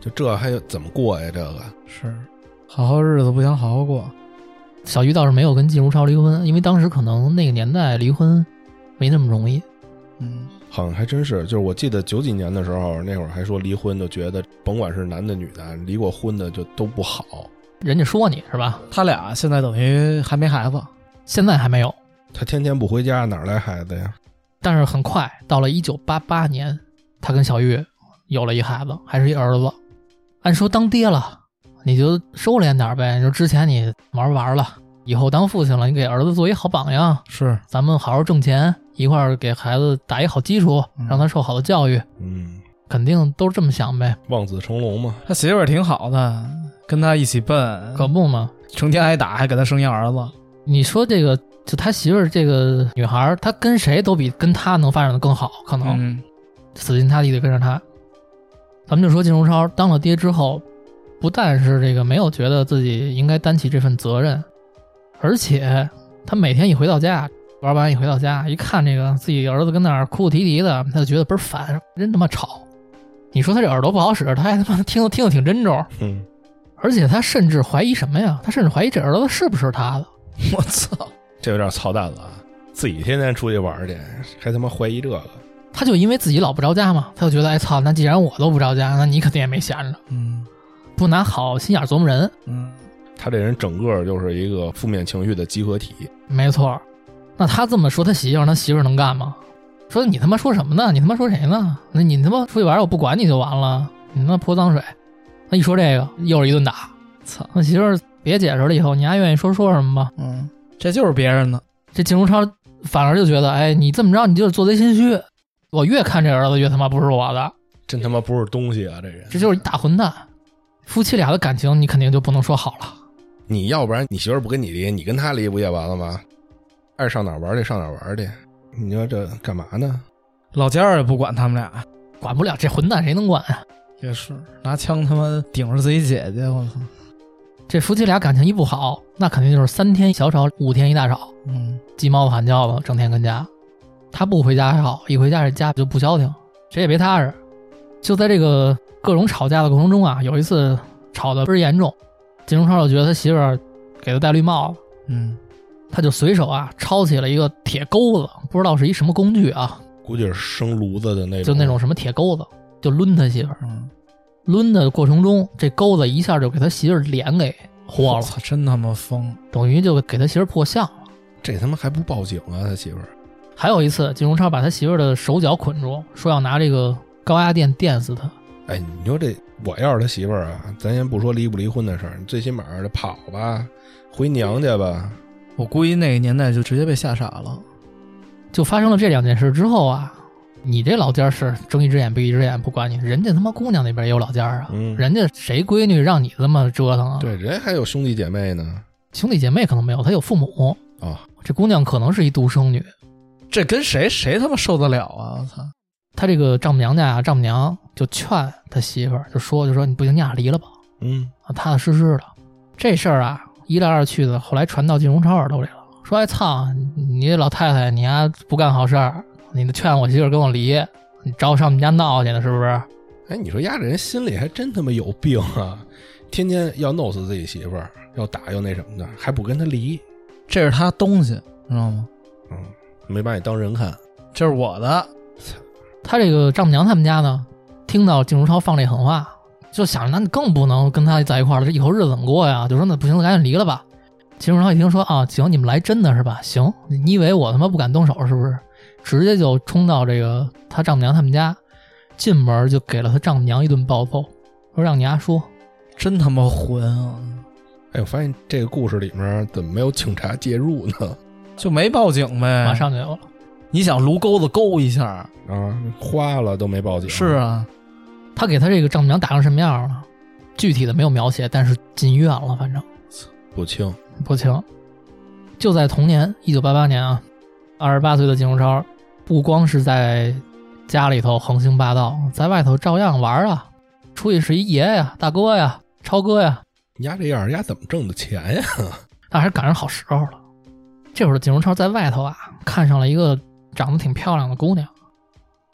Speaker 3: 就这还有怎么过呀？这个
Speaker 2: 是，好好日子不想好好过，
Speaker 1: 小玉倒是没有跟金荣超离婚，因为当时可能那个年代离婚没那么容易。
Speaker 2: 嗯，
Speaker 3: 好像还真是，就是我记得九几年的时候，那会儿还说离婚，就觉得甭管是男的女的，离过婚的就都不好。
Speaker 1: 人家说你是吧？
Speaker 2: 他俩现在等于还没孩子，
Speaker 1: 现在还没有，
Speaker 3: 他天天不回家，哪来孩子呀？
Speaker 1: 但是很快到了一九八八年，他跟小玉有了一孩子，还是一儿子。按说当爹了，你就收敛点儿呗。你说之前你玩玩了，以后当父亲了，你给儿子做一好榜样，
Speaker 2: 是，
Speaker 1: 咱们好好挣钱，一块儿给孩子打一好基础，
Speaker 2: 嗯
Speaker 1: 让他受好的教育，
Speaker 3: 嗯，
Speaker 1: 肯定都是这么想呗，
Speaker 3: 望子成龙嘛。
Speaker 2: 他媳妇儿挺好的，跟他一起奔，
Speaker 1: 可不嘛。
Speaker 2: 成天挨打，还给他生一儿子，
Speaker 1: 你说这个，就他媳妇儿这个女孩儿，她跟谁都比跟他能发展的更好，可能。
Speaker 2: 嗯，
Speaker 1: 死心塌地的跟着他。咱们就说金荣超当了爹之后，不但是这个没有觉得自己应该担起这份责任，而且他每天一回到家，玩完一回到家，一看这个自己儿子跟那儿哭哭啼啼的，他就觉得倍儿烦，真他妈吵。你说他这耳朵不好使，他还他妈听得听得挺真着，
Speaker 3: 嗯，
Speaker 1: 而且他甚至怀疑什么呀？他甚至怀疑这儿子是不是他的。
Speaker 2: 我操，
Speaker 3: 这有点操蛋了啊！自己天天出去玩去，还他妈怀疑这个。
Speaker 1: 他就因为自己老不着家嘛，他就觉得哎操，那既然我都不着家，那你肯定也没闲着，
Speaker 2: 嗯
Speaker 1: 不拿好心眼儿琢磨人。
Speaker 2: 嗯，
Speaker 3: 他这人整个就是一个负面情绪的集合体。
Speaker 1: 没错，那他这么说他媳妇儿，他媳妇儿能干吗？说你他妈说什么呢？你他妈说谁呢？那你他妈出去玩儿，我不管你就完了，你他妈泼脏水。那一说这个，又是一顿打。
Speaker 2: 操，
Speaker 1: 那媳妇儿别解释了，以后你还愿意说说什么吧？
Speaker 2: 嗯，这就是别人的，
Speaker 1: 这金荣超反而就觉得，哎，你这么着，你就是做贼心虚。我越看这儿子越他妈不是我的，
Speaker 3: 真他妈不是东西啊！这人，
Speaker 1: 这就是一大混蛋。夫妻俩的感情，你肯定就不能说好了。
Speaker 3: 你要不然你媳妇儿不跟你离，你跟他离不也完了吗？爱上哪儿玩儿去上哪儿玩儿去。你说这干嘛呢？
Speaker 2: 老家儿也不管他们俩，
Speaker 1: 管不了这混蛋，谁能管啊？
Speaker 2: 也是拿枪他妈顶着自己姐姐，我操！
Speaker 1: 这夫妻俩感情一不好，那肯定就是三天小吵，五天一大吵，
Speaker 2: 嗯，
Speaker 1: 鸡毛喊叫吧，整天跟家。他不回家还好，一回家这家就不消停，谁也别踏实。就在这个各种吵架的过程中啊，有一次吵得倍儿严重，金荣超就觉得他媳妇儿给他戴绿帽子，
Speaker 2: 嗯，
Speaker 1: 他就随手啊抄起了一个铁钩子，不知道是一什么工具啊，
Speaker 3: 估计是生炉子的那种，
Speaker 1: 就那种什么铁钩子，就抡他媳妇儿。
Speaker 2: 嗯，
Speaker 1: 抡的过程中，这钩子一下就给他媳妇儿脸给豁
Speaker 2: 我
Speaker 1: 了，
Speaker 2: 操，真他妈疯！
Speaker 1: 等于就给他媳妇儿破相了。
Speaker 3: 这他妈还不报警啊？他媳妇儿
Speaker 1: 还有一次，金荣超把他媳妇儿的手脚捆住，说要拿这个高压电电死他。
Speaker 3: 哎，你说这我要是他媳妇儿啊，咱先不说离不离婚的事儿，最起码儿得跑吧，回娘家吧。
Speaker 2: 我估计那个年代就直接被吓傻了。
Speaker 1: 就发生了这两件事之后啊，你这老家是睁一只眼闭一只眼不管你，人家他妈姑娘那边也有老家啊，
Speaker 3: 嗯，
Speaker 1: 人家谁闺女让你这么折腾啊？
Speaker 3: 对，人还有兄弟姐妹呢。
Speaker 1: 兄弟姐妹可能没有，她有父母。
Speaker 3: 啊、
Speaker 1: 这姑娘可能是一独生女，
Speaker 2: 这跟谁谁他妈受得了啊！我操，
Speaker 1: 她这个丈母娘家啊，丈母娘就劝她媳妇儿，就说就说你不行，你俩离了吧，
Speaker 3: 嗯，
Speaker 1: 啊，踏踏实实的。这事儿啊，一来二去的，后来传到金荣超耳朵里了，说：“哎操，你老太太，你丫不干好事儿，你劝我媳妇儿跟我离，你找我上我们家闹去呢，是不是
Speaker 3: 哎，你说丫这人心里还真他妈有病啊！天天要弄死自己媳妇儿，要打又那什么的，还不跟他离，
Speaker 2: 这是他东西，知道吗？
Speaker 3: 嗯，没把你当人看。
Speaker 2: 这是我的，？”
Speaker 1: 他这个丈母娘他们家呢，听到金荣超放这狠话，就想着那你更不能跟他在一块儿了，这以后日子怎么过呀？就说那不行，赶紧离了吧。金荣超一听说啊，行，你们来真的是吧？行，你以为我他妈不敢动手是不是？直接就冲到这个他丈母娘他们家，进门就给了他丈母娘一顿暴揍，说让你丫说。
Speaker 2: 真他妈混啊！
Speaker 3: 哎，我发现这个故事里面怎么没有警察介入呢？
Speaker 2: 就没报警呗？
Speaker 1: 马，上就有了。
Speaker 2: 你想撸钩子勾一下？
Speaker 3: 啊，花了都没报警。
Speaker 2: 是啊，
Speaker 1: 他给他这个丈母娘打成什么样了？具体的没有描写，但是进医院了，反正
Speaker 3: 不轻，
Speaker 1: 不轻。就在同年，一九八八年啊，二十八岁的金荣超不光是在家里头横行霸道，在外头照样玩啊，出去是一爷呀、大哥呀、超哥呀，
Speaker 3: 丫这样，丫怎么挣的钱呀？
Speaker 1: 那还是赶上好时候了。这会儿的景荣超在外头啊，看上了一个长得挺漂亮的姑娘。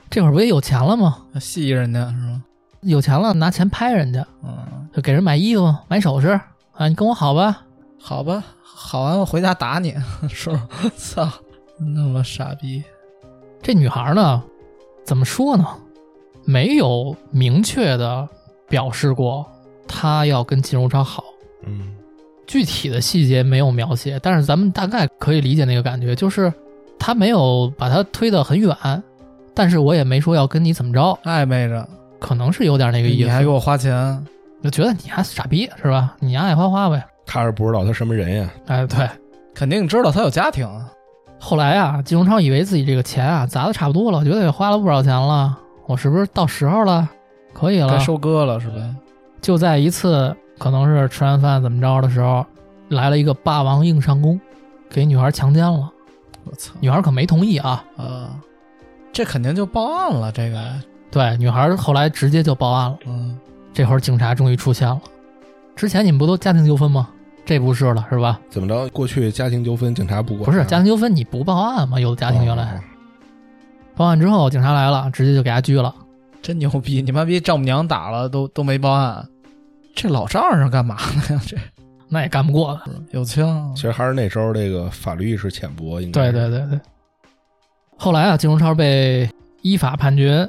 Speaker 1: 这会儿不也有钱了吗？
Speaker 2: 戏人家是吗？
Speaker 1: 有钱了拿钱拍人家，
Speaker 2: 嗯，
Speaker 1: 就给人买衣服、买首饰啊，你跟我好吧？
Speaker 2: 好吧，好完我回家打你， 是吧？操，那么傻逼，
Speaker 1: 这女孩呢，怎么说呢？没有明确的表示过她要跟金荣超好，
Speaker 3: 嗯，
Speaker 1: 具体的细节没有描写，但是咱们大概可以理解那个感觉，就是她没有把她推得很远，但是我也没说要跟你怎么着，
Speaker 2: 暧昧着，
Speaker 1: 可能是有点那个意
Speaker 2: 你还给
Speaker 1: 思，
Speaker 2: 我花钱，
Speaker 1: 就觉得你还傻逼是吧？你爱花花呗，
Speaker 3: 他是不知道他什么人呀？
Speaker 1: 哎对。
Speaker 2: 肯定知道他有家庭啊。
Speaker 1: 后来啊，金荣超以为自己这个钱啊砸的差不多了，觉得也花了不少钱了，我是不是到时候了？可以了
Speaker 2: 该，收割了是吧？
Speaker 1: 就在一次可能是吃完饭怎么着的时候，来了一个霸王硬上弓，给女孩强奸了。
Speaker 2: 我操
Speaker 1: 女孩可没同意啊，
Speaker 2: 啊！这肯定就报案了，这个，
Speaker 1: 对，女孩后来直接就报案了。
Speaker 2: 嗯，
Speaker 1: 这会儿警察终于出现了。之前你们不都家庭纠纷吗？这不是了，是吧？
Speaker 3: 怎么着？过去家庭纠纷警察不管啊、
Speaker 1: 不是家庭纠纷你不报案吗？有的家庭原来
Speaker 3: 哦
Speaker 1: 报案之后，警察来了，直接就给他拘了。
Speaker 2: 真牛逼！你妈逼丈母娘打了都都没报案，这老丈人干嘛呢呀？这
Speaker 1: 那也干不过
Speaker 3: 嗯
Speaker 1: 他。
Speaker 2: 有枪
Speaker 3: 其，实还是那时候这个法律意识浅薄，应
Speaker 1: 对
Speaker 3: 该是
Speaker 1: 对对对。后来啊，金荣超被依法判决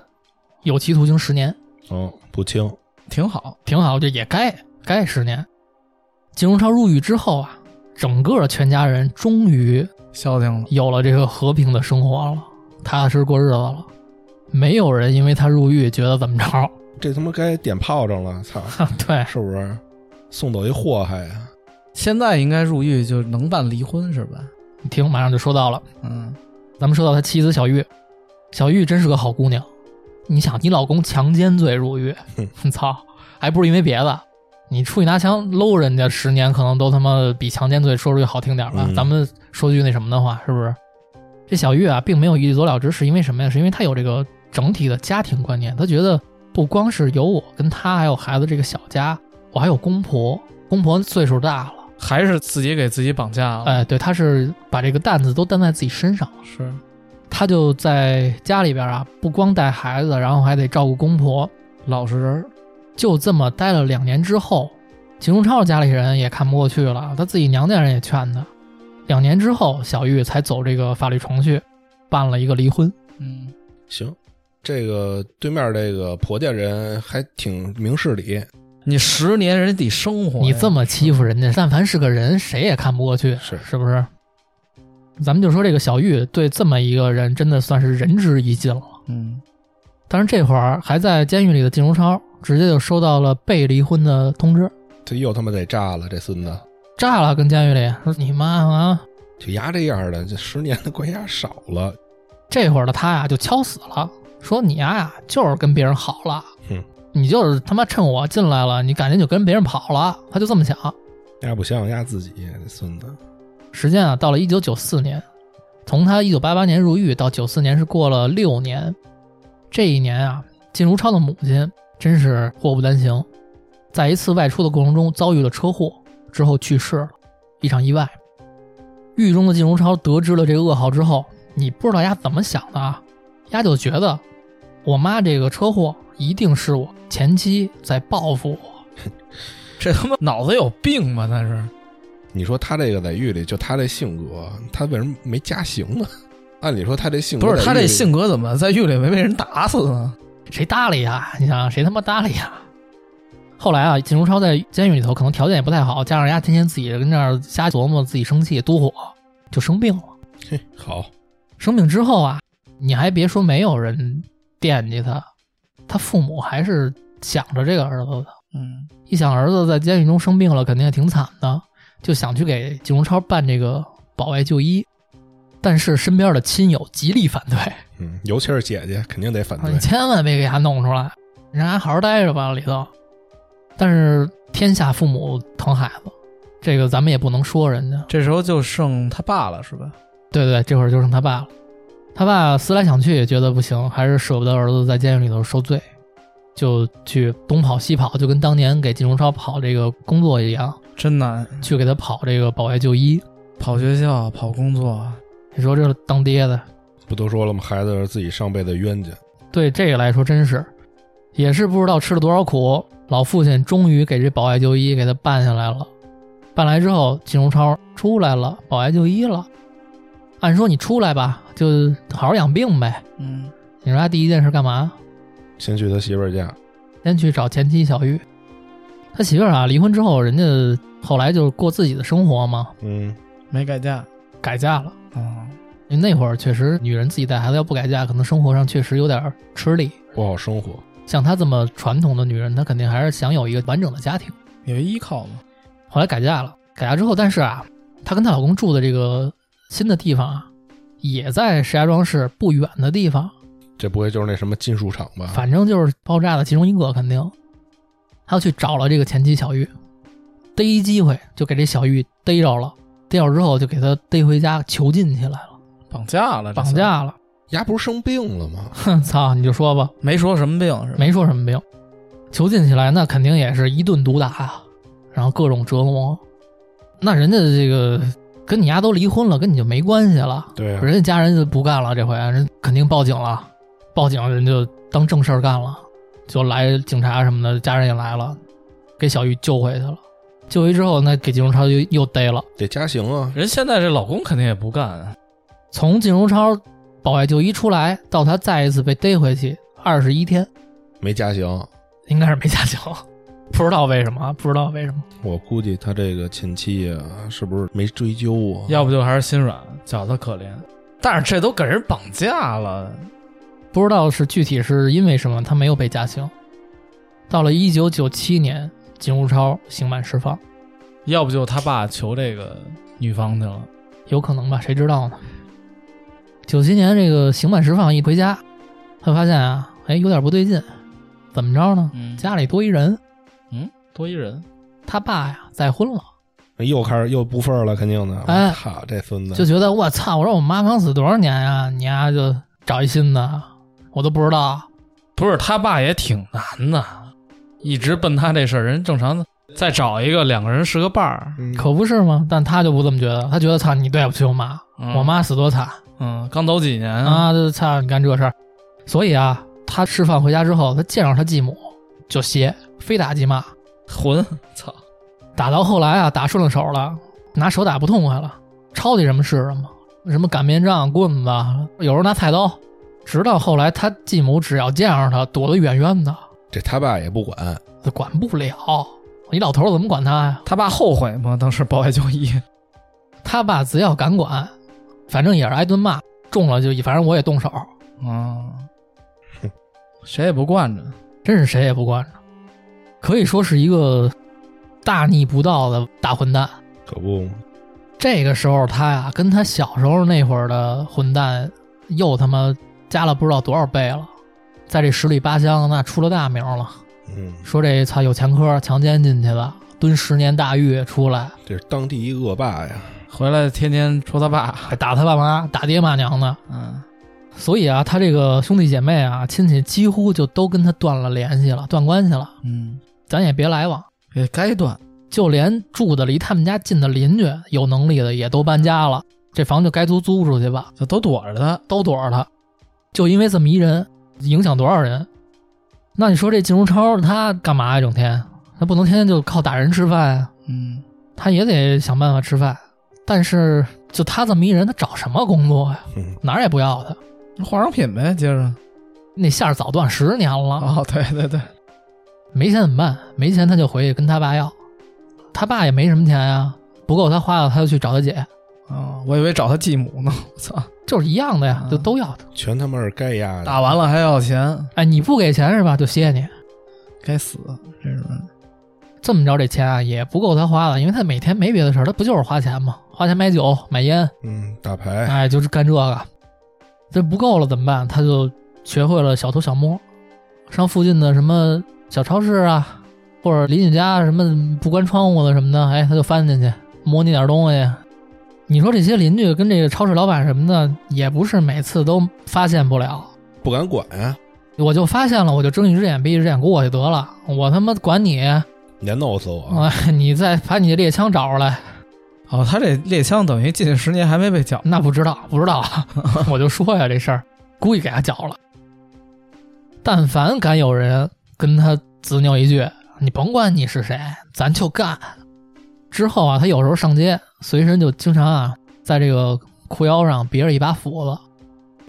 Speaker 1: 有期徒刑十年。
Speaker 3: 哦，不轻，
Speaker 2: 挺好。
Speaker 1: 挺好，这也该该十年。金荣超入狱之后啊，整个全家人终于
Speaker 2: 消停了，
Speaker 1: 有了这个和平的生活了，踏踏实实过日子了。没有人因为他入狱觉得怎么着，
Speaker 3: 这他妈该点炮仗了，操，
Speaker 1: 对，
Speaker 3: 是不是？送走一祸害啊！
Speaker 2: 现在应该入狱就能办离婚是吧？
Speaker 1: 你听，马上就说到了。
Speaker 2: 嗯，
Speaker 1: 咱们说到他妻子小玉，小玉真是个好姑娘。你想，你老公强奸罪入狱，
Speaker 3: 哼
Speaker 1: 你操，还不是因为别的，你出去拿枪搂人家十年，可能都他妈比强奸罪说出去好听点儿吧。
Speaker 3: 嗯
Speaker 1: 咱们说句那什么的话，是不是？这小月啊，并没有一走了之，是因为什么呀？是因为她有这个整体的家庭观念，她觉得不光是有我跟她还有孩子这个小家，我还有公婆，公婆岁数大了，
Speaker 2: 还是自己给自己绑架
Speaker 3: 啊
Speaker 2: 了。
Speaker 1: 哎，对，她是把这个担子都担在自己身上了。
Speaker 2: 是，
Speaker 1: 她就在家里边啊，不光带孩子，然后还得照顾公婆，
Speaker 2: 老实人儿，
Speaker 1: 就这么待了两年之后，秦荣超家里人也看不过去了，他自己娘家人也劝他。两年之后，小玉才走这个法律程序，办了一个离婚。
Speaker 2: 嗯，
Speaker 3: 行，这个对面这个婆家人还挺明事理，
Speaker 2: 你十年人家得生活呀，
Speaker 1: 你这么欺负人家，但凡是个人，谁也看不过去，
Speaker 3: 是
Speaker 1: 是不是？咱们就说这个小玉对这么一个人，真的算是仁至义尽了。
Speaker 2: 嗯，
Speaker 1: 但是这会儿还在监狱里的靳荣超，直接就收到了被离婚的通知，
Speaker 3: 他又他妈得炸了，这孙子
Speaker 1: 炸了，跟监狱里说你妈啊！
Speaker 3: 就牙这样的，这十年的关押少了，
Speaker 1: 这会儿的他呀就敲死了，说你啊呀、就是跟别人好了，
Speaker 3: 嗯
Speaker 1: 你就是他妈趁我进来了，你赶紧就跟别人跑了，他就这么想。
Speaker 3: 压不想压自己，这孙子
Speaker 1: 时间啊，到了一九九四年，从他一九八八年入狱到九四年是过了六年。这一年啊，靳如超的母亲真是祸不单行，在一次外出的过程中遭遇了车祸，之后去世了，一场意外。狱中的靳如超得知了这个噩耗之后，你不知道丫怎么想的啊，丫就觉得我妈这个车祸一定是我前妻在报复我。
Speaker 2: 这他妈脑子有病吧？那是，
Speaker 3: 你说他这个在狱里，就他这性格，他为什么没加刑呢？按理说他这性格
Speaker 2: 不是他这
Speaker 3: 在狱里
Speaker 2: 性格怎么在狱里没被人打死呢？
Speaker 1: 谁搭理呀？你想想，谁他妈搭理呀？后来啊，靳如超在监狱里头可能条件也不太好，加上人家天天自己跟那儿瞎琢磨，自己生气嘟火，就生病了。
Speaker 3: 嘿好，
Speaker 1: 生病之后啊，你还别说没有人惦记他，他父母还是想着这个儿子的。
Speaker 2: 嗯，
Speaker 1: 一想儿子在监狱中生病了，肯定也挺惨的，就想去给靳如超办这个保外就医，但是身边的亲友极力反对。
Speaker 3: 嗯，尤其是姐姐肯定得反
Speaker 1: 啊，
Speaker 3: 对
Speaker 1: 你，千万别给他弄出来，让他好好待着吧里头。但是天下父母疼孩子，这个咱们也不能说人家。
Speaker 2: 这时候就剩他爸了，是吧？
Speaker 1: 对对，这会儿就剩他爸了。他爸思来想去也觉得不行，还是舍不得儿子在监狱里头受罪，就去东跑西跑，就跟当年给靳荣超跑这个工作一样，
Speaker 2: 真难，
Speaker 1: 去给他跑这个保外就医。
Speaker 2: 跑学校，跑工作，啊
Speaker 1: 你说这当爹的
Speaker 3: 不都说了吗？孩子是自己上辈子冤家，
Speaker 1: 对这个来说，真是也是不知道吃了多少苦，老父亲终于给这保外就医给他办下来了。办来之后，金荣超出来了，保外就医了。按说你出来吧，就好好养病呗。
Speaker 2: 嗯，
Speaker 1: 你说他第一件事干嘛？
Speaker 3: 先去他媳妇儿家，
Speaker 1: 先去找前妻小玉。他媳妇儿啊，离婚之后，人家后来就过自己的生活嘛，
Speaker 3: 嗯，
Speaker 2: 没改嫁
Speaker 1: 改嫁了。
Speaker 2: 啊，
Speaker 1: 因为那会儿确实，女人自己带孩子要不改嫁，可能生活上确实有点儿吃力。
Speaker 3: 过好生活，
Speaker 1: 像她这么传统的女人，她肯定还是想有一个完整的家庭。
Speaker 2: 有依靠嘛？
Speaker 1: 后来改嫁了，改嫁之后，但是啊，她跟她老公住的这个新的地方啊，也在石家庄市不远的地方，
Speaker 3: 这不会就是那什么金属厂吧？
Speaker 1: 反正就是爆炸的其中一个，肯定。她去找了这个前妻小玉，逮一机会就给这小玉逮着了，逮着之后就给她逮回家囚禁起来了，
Speaker 2: 绑架了，这
Speaker 1: 绑
Speaker 2: 次
Speaker 1: 架了。
Speaker 3: 丫不是生病了吗？
Speaker 1: 哼，操，你就说吧，
Speaker 2: 没说什么病是吧？
Speaker 1: 没说什么病，囚禁起来那肯定也是一顿毒打啊，然后各种折磨。那人家这个跟你丫都离婚了，跟你就没关系了。
Speaker 3: 对啊，
Speaker 1: 人家家人就不干了，这回人肯定报警了，报警人就当正事儿干了，就来警察什么的，家人也来了，给小玉救回去了。救回之后，那给金荣超就又逮了。
Speaker 3: 得加刑啊，
Speaker 2: 人现在这老公肯定也不干
Speaker 1: 哦
Speaker 2: 啊，
Speaker 1: 从金荣超保外就医出来到他再一次被逮回去，二十一天，
Speaker 3: 没加刑，
Speaker 1: 应该是没下刑， 不知道为什么，不知道为什么。
Speaker 3: 我估计他这个前妻啊，是不是没追究啊？
Speaker 2: 要不就还是心软，觉得可怜。但是这都给人绑架了，
Speaker 1: 不知道是具体是因为什么，他没有被加刑。到了一九九七年，金如超刑满释放，
Speaker 2: 要不就他爸求这个女方去了。
Speaker 1: 有可能吧，谁知道呢？九七年这个刑满释放一回家，他发现啊，哎，有点不对劲，怎么着呢？
Speaker 2: 嗯
Speaker 1: 家里多一人，
Speaker 2: 多一人，
Speaker 1: 他爸呀再婚了，
Speaker 3: 又开始又不忿儿了，肯定的。
Speaker 1: 哎
Speaker 3: 我操，这孙子
Speaker 1: 就觉得我操，我说我妈刚死多少年呀，你丫就找一新的，我都不知道。
Speaker 2: 不是他爸也挺难的，一直奔他这事儿，人正常再找一个两个人是个伴儿。
Speaker 3: 嗯
Speaker 1: 可不是吗？但他就不这么觉得，他觉得操你对不起我妈，
Speaker 2: 嗯
Speaker 1: 我妈死多惨
Speaker 2: 嗯，刚走几年，
Speaker 1: 啊！就操你干这事儿，所以啊，他释放回家之后，他见着他继母就歇，非打即骂，
Speaker 2: 混，操，
Speaker 1: 打到后来啊，打顺了手了，拿手打不痛快了，抄起什么是什么，什么擀面杖、棍子，有时候拿菜刀，直到后来他继母只要见着他，躲得远远的，
Speaker 3: 这他爸也不管，
Speaker 1: 他管不了。你老头儿怎么管他呀？
Speaker 2: 他爸后悔吗？当时保外就医，
Speaker 1: 他爸只要敢管，反正也是挨顿骂，中了就反正我也动手，
Speaker 2: 嗯
Speaker 3: 哼，
Speaker 2: 谁也不惯着，
Speaker 1: 真是谁也不惯着，可以说是一个大逆不道的大混蛋。
Speaker 3: 可不嘛，
Speaker 1: 这个时候他呀，跟他小时候那会儿的混蛋又他妈加了不知道多少倍了，在这十里八乡那出了大名了。
Speaker 3: 嗯，
Speaker 1: 说这操有前科，强奸进去了，蹲十年大狱出来，
Speaker 3: 这是当地一恶霸呀，
Speaker 2: 回来天天说他爸，
Speaker 1: 还打他爸妈，打爹骂娘的。
Speaker 2: 嗯，
Speaker 1: 所以啊，他这个兄弟姐妹啊、亲戚几乎就都跟他断了联系了，断关系了，
Speaker 2: 嗯，
Speaker 1: 咱也别来往。
Speaker 2: 也该断。
Speaker 1: 就连住的离他们家近的邻居，有能力的也都搬家了，这房就该租租出去吧。
Speaker 2: 就都躲着他。
Speaker 1: 都躲着他，就因为这么一人，影响多少人？那你说这靳如超他干嘛呀？整天他不能天天就靠打人吃饭呀，
Speaker 2: 嗯，
Speaker 1: 他也得想办法吃饭。但是就他这么一人，他找什么工作呀？
Speaker 3: 嗯，
Speaker 1: 哪儿也不要他，
Speaker 2: 化妆品呗，接着。
Speaker 1: 那下儿早断十年了，
Speaker 2: 哦，对对对，
Speaker 1: 没钱怎么办？没钱他就回去跟他爸要，他爸也没什么钱呀，不够他花的他就去找他姐，
Speaker 2: 哦，我以为找他继母呢。 我操，
Speaker 1: 就是一样的呀，
Speaker 2: 啊
Speaker 1: 就都要他。
Speaker 3: 全他妈是该压的。
Speaker 2: 打完了还要钱，
Speaker 1: 哎，你不给钱是吧？就歇你。
Speaker 2: 该死，这是
Speaker 1: 这么着，这钱啊也不够他花了，因为他每天没别的事儿，他不就是花钱吗？花钱买酒、买烟，
Speaker 3: 嗯，打牌，
Speaker 1: 哎，就是干这个。这不够了怎么办？他就学会了小偷小摸，上附近的什么小超市啊，或者邻居家什么不关窗户的什么的，哎，他就翻进去摸你点东西。你说这些邻居跟这个超市老板什么的，也不是每次都发现不了，
Speaker 3: 不敢管啊呀，
Speaker 1: 我就发现了，我就睁一只眼闭一只眼过去得了，我他妈管你，
Speaker 3: 你要弄死我，
Speaker 1: 哎，你再把你的猎枪找出来。
Speaker 2: 哦，他这猎枪等于近十年还没被缴。
Speaker 1: 那不知道，不知道啊， 我就说呀这事儿，估计给他搅了。但凡敢有人跟他执拗一句，你甭管你是谁，咱就干。之后啊，他有时候上街，随身就经常啊，在这个裤腰上别着一把斧子，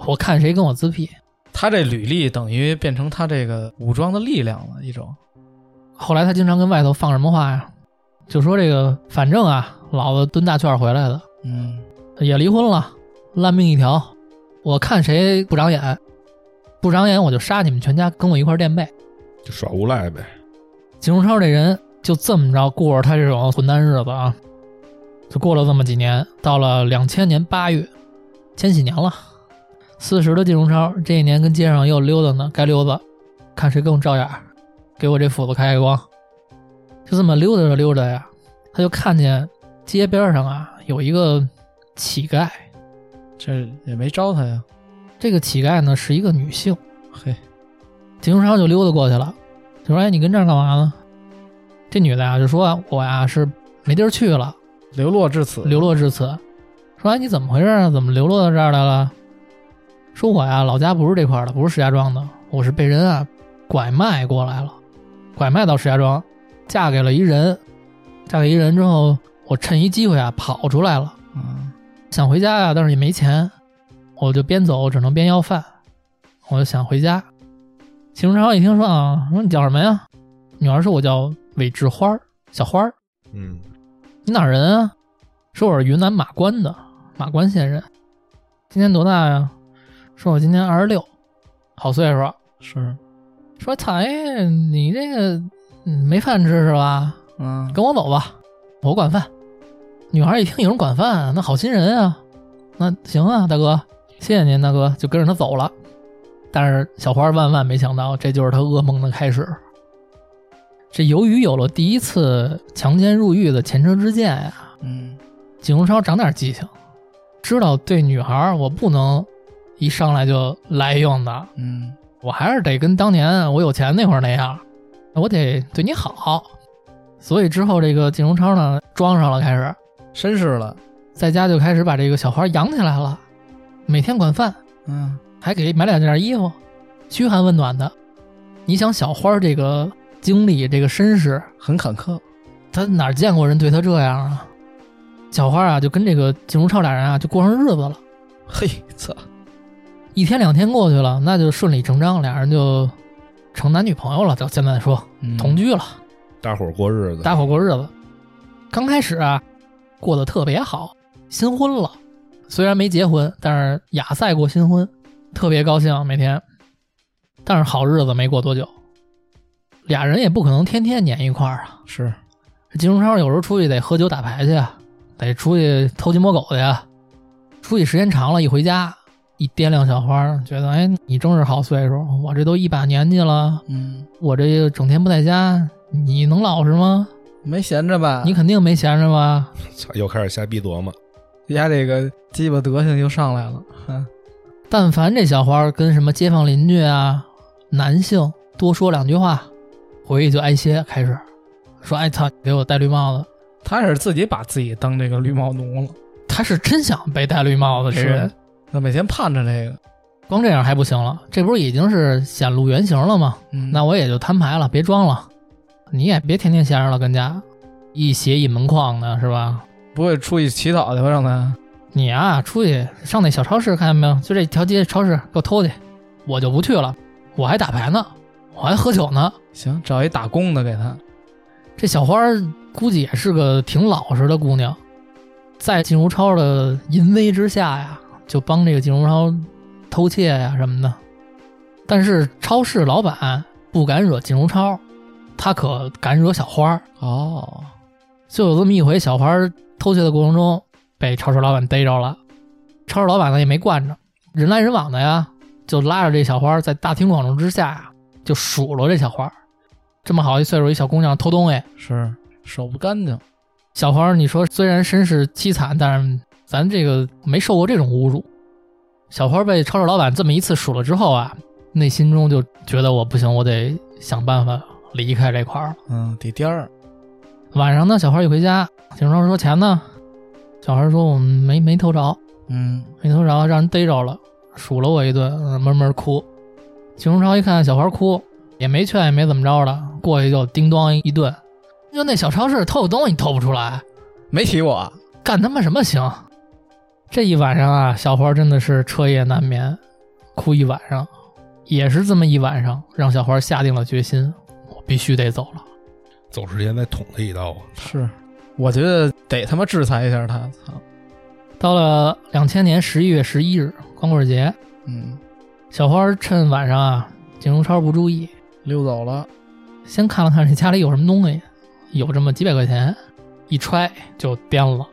Speaker 1: 我看谁跟我自闭。
Speaker 2: 他这履历等于变成他这个武装的力量了一种。
Speaker 1: 后来他经常跟外头放什么话呀，就说这个反正啊，老子蹲大圈儿回来的，
Speaker 2: 嗯，
Speaker 1: 也离婚了，烂命一条。我看谁不长眼，不长眼我就杀你们全家，跟我一块儿垫背。
Speaker 3: 就耍无赖呗。
Speaker 1: 金荣超这人就这么着过着他这种混蛋日子啊，就过了这么几年。到了两千年八月，千禧年了，四十的金荣超这一年跟街上又溜达呢，该溜达，看谁更照眼儿，给我这斧子开开光。就这么溜达着溜达呀，他就看见街边上啊有一个乞丐，
Speaker 2: 这也没招他呀。
Speaker 1: 这个乞丐呢是一个女性。
Speaker 2: 嘿，
Speaker 1: 金荣超就溜达过去了，就说：“哎，你跟这儿干嘛呢？”这女的呀、就说：“啊我呀、是没地儿去了，
Speaker 2: 流落至此，
Speaker 1: 流落至此。”说：“哎，你怎么回事啊？怎么流落到这儿来了？”说：“我呀、老家不是这块儿的，不是石家庄的，我是被人啊拐卖过来了，拐卖到石家庄，嫁给了一人，嫁给一人之后，我趁一机会啊跑出来了。”
Speaker 2: 嗯，
Speaker 1: 想回家呀、但是也没钱，我就边走只能边要饭，我就想回家。秦荣超一听说啊，说你叫什么呀？女孩说我叫韦志花儿，小花儿。
Speaker 3: 嗯，
Speaker 1: 你哪儿人啊？说我是云南马关的，马关县人。今年多大呀？说我今年二十六，好岁数。
Speaker 2: 是，
Speaker 1: 说草爷，你这个嗯没饭吃是吧？
Speaker 2: 嗯，
Speaker 1: 跟我走吧，我管饭。女孩一听有人管饭，那好心人啊，那行啊，大哥，谢谢您，大哥，就跟着他走了。但是小花万万没想到，这就是他噩梦的开始。这由于有了第一次强奸入狱的前车之鉴啊呀、
Speaker 2: 嗯，
Speaker 1: 景荣超长点记性，知道对女孩儿我不能一上来就来用的，
Speaker 2: 嗯，
Speaker 1: 我还是得跟当年我有钱那会儿那样，我得对你好。所以之后这个景荣超呢装上了，开始
Speaker 2: 绅士了，
Speaker 1: 在家就开始把这个小花养起来了，每天管饭，
Speaker 2: 嗯
Speaker 1: 还给买两件衣服，嘘寒问暖的。你想小花这个经历，这个身世，
Speaker 2: 很坎坷，
Speaker 1: 他哪儿见过人对他这样啊？小花啊，就跟这个景如超俩人啊，就过上日子了。
Speaker 2: 嘿，操，
Speaker 1: 一天两天过去了，那就顺理成章，俩人就成男女朋友了。到现在说
Speaker 2: 嗯
Speaker 1: 同，居了，
Speaker 3: 大伙儿过日子，
Speaker 1: 搭伙过日子。刚开始啊，过得特别好，新婚了，虽然没结婚，但是雅赛过新婚，特别高兴每天。但是好日子没过多久，俩人也不可能天天粘一块儿啊。
Speaker 2: 是，
Speaker 1: 金荣超有时候出去得喝酒打牌去啊，得出去偷鸡摸狗去啊。出去时间长了，一回家一掂量小花儿，觉得哎，你正是好岁数，我这都一把年纪了，
Speaker 2: 嗯，
Speaker 1: 我这整天不在家，你能老实吗？
Speaker 2: 没闲着吧？
Speaker 1: 你肯定没闲着吧？
Speaker 3: 操又开始瞎逼琢磨。
Speaker 2: 家这个鸡巴德行又上来了，嗯
Speaker 1: 但凡这小花儿跟什么街坊邻居啊、男性多说两句话，回去就挨歇，开始说：“哎操，给我戴绿帽子。
Speaker 2: 他是自己把自己当这个绿帽奴了，”
Speaker 1: 他是真想被戴绿帽子，这人
Speaker 2: 是，那每天盼着这个，
Speaker 1: 光这样还不行了，这不是已经是显露原形了吗？
Speaker 2: 嗯，
Speaker 1: 那我也就摊牌了，别装了，你也别天天闲着了，跟家一邪一门框的是吧？
Speaker 2: 不会出去乞讨去吧？让他，
Speaker 1: 你啊，出去上那小超市看见没有？就这条街超市给我偷去，我就不去了，我还打牌呢，我还喝酒呢。
Speaker 2: 行，找一打工的给他，
Speaker 1: 这小花儿估计也是个挺老实的姑娘，在靳如超的淫威之下呀，就帮这个靳如超偷窃呀什么的。但是超市老板不敢惹靳如超，他可敢惹小花儿。
Speaker 2: 哦，
Speaker 1: 就有这么一回，小花儿偷窃的过程中被超市老板逮着了，超市老板呢也没惯着，人来人往的呀，就拉着这小花儿在大庭广众之下呀，就数落这小花儿，这么好一岁数一小姑娘偷东西。
Speaker 2: 是手不干净，
Speaker 1: 小花儿，你说虽然身世凄惨，但是咱这个没受过这种侮辱。小花儿被超市老板这么一次数了之后啊，内心中就觉得我不行，我得想办法离开这块儿了。
Speaker 2: 嗯，得颠儿，
Speaker 1: 晚上呢，小花儿一回家，警察说钱呢？小花儿说我们没没偷着，
Speaker 2: 嗯，
Speaker 1: 没偷着，让人逮着了，数了我一顿，呃闷闷哭。警荣超一看小花哭，也没劝，也没怎么着的，过去就叮咚一顿。就那小超市偷个东西，你偷不出来？
Speaker 2: 没提我，
Speaker 1: 干他妈什么行？这一晚上啊，小花真的是彻夜难眠，哭一晚上，也是这么一晚上，让小花下定了决心，我必须得走了。
Speaker 3: 走之前再捅他一刀啊！
Speaker 2: 是，我觉得得他妈制裁一下他，操，
Speaker 1: 到了两千年十一月十一日光棍节，
Speaker 2: 嗯，
Speaker 1: 小花趁晚上啊，景荣超不注意，
Speaker 2: 溜走了，
Speaker 1: 先看了看这家里有什么东西，有这么几百块钱，一揣就颠了，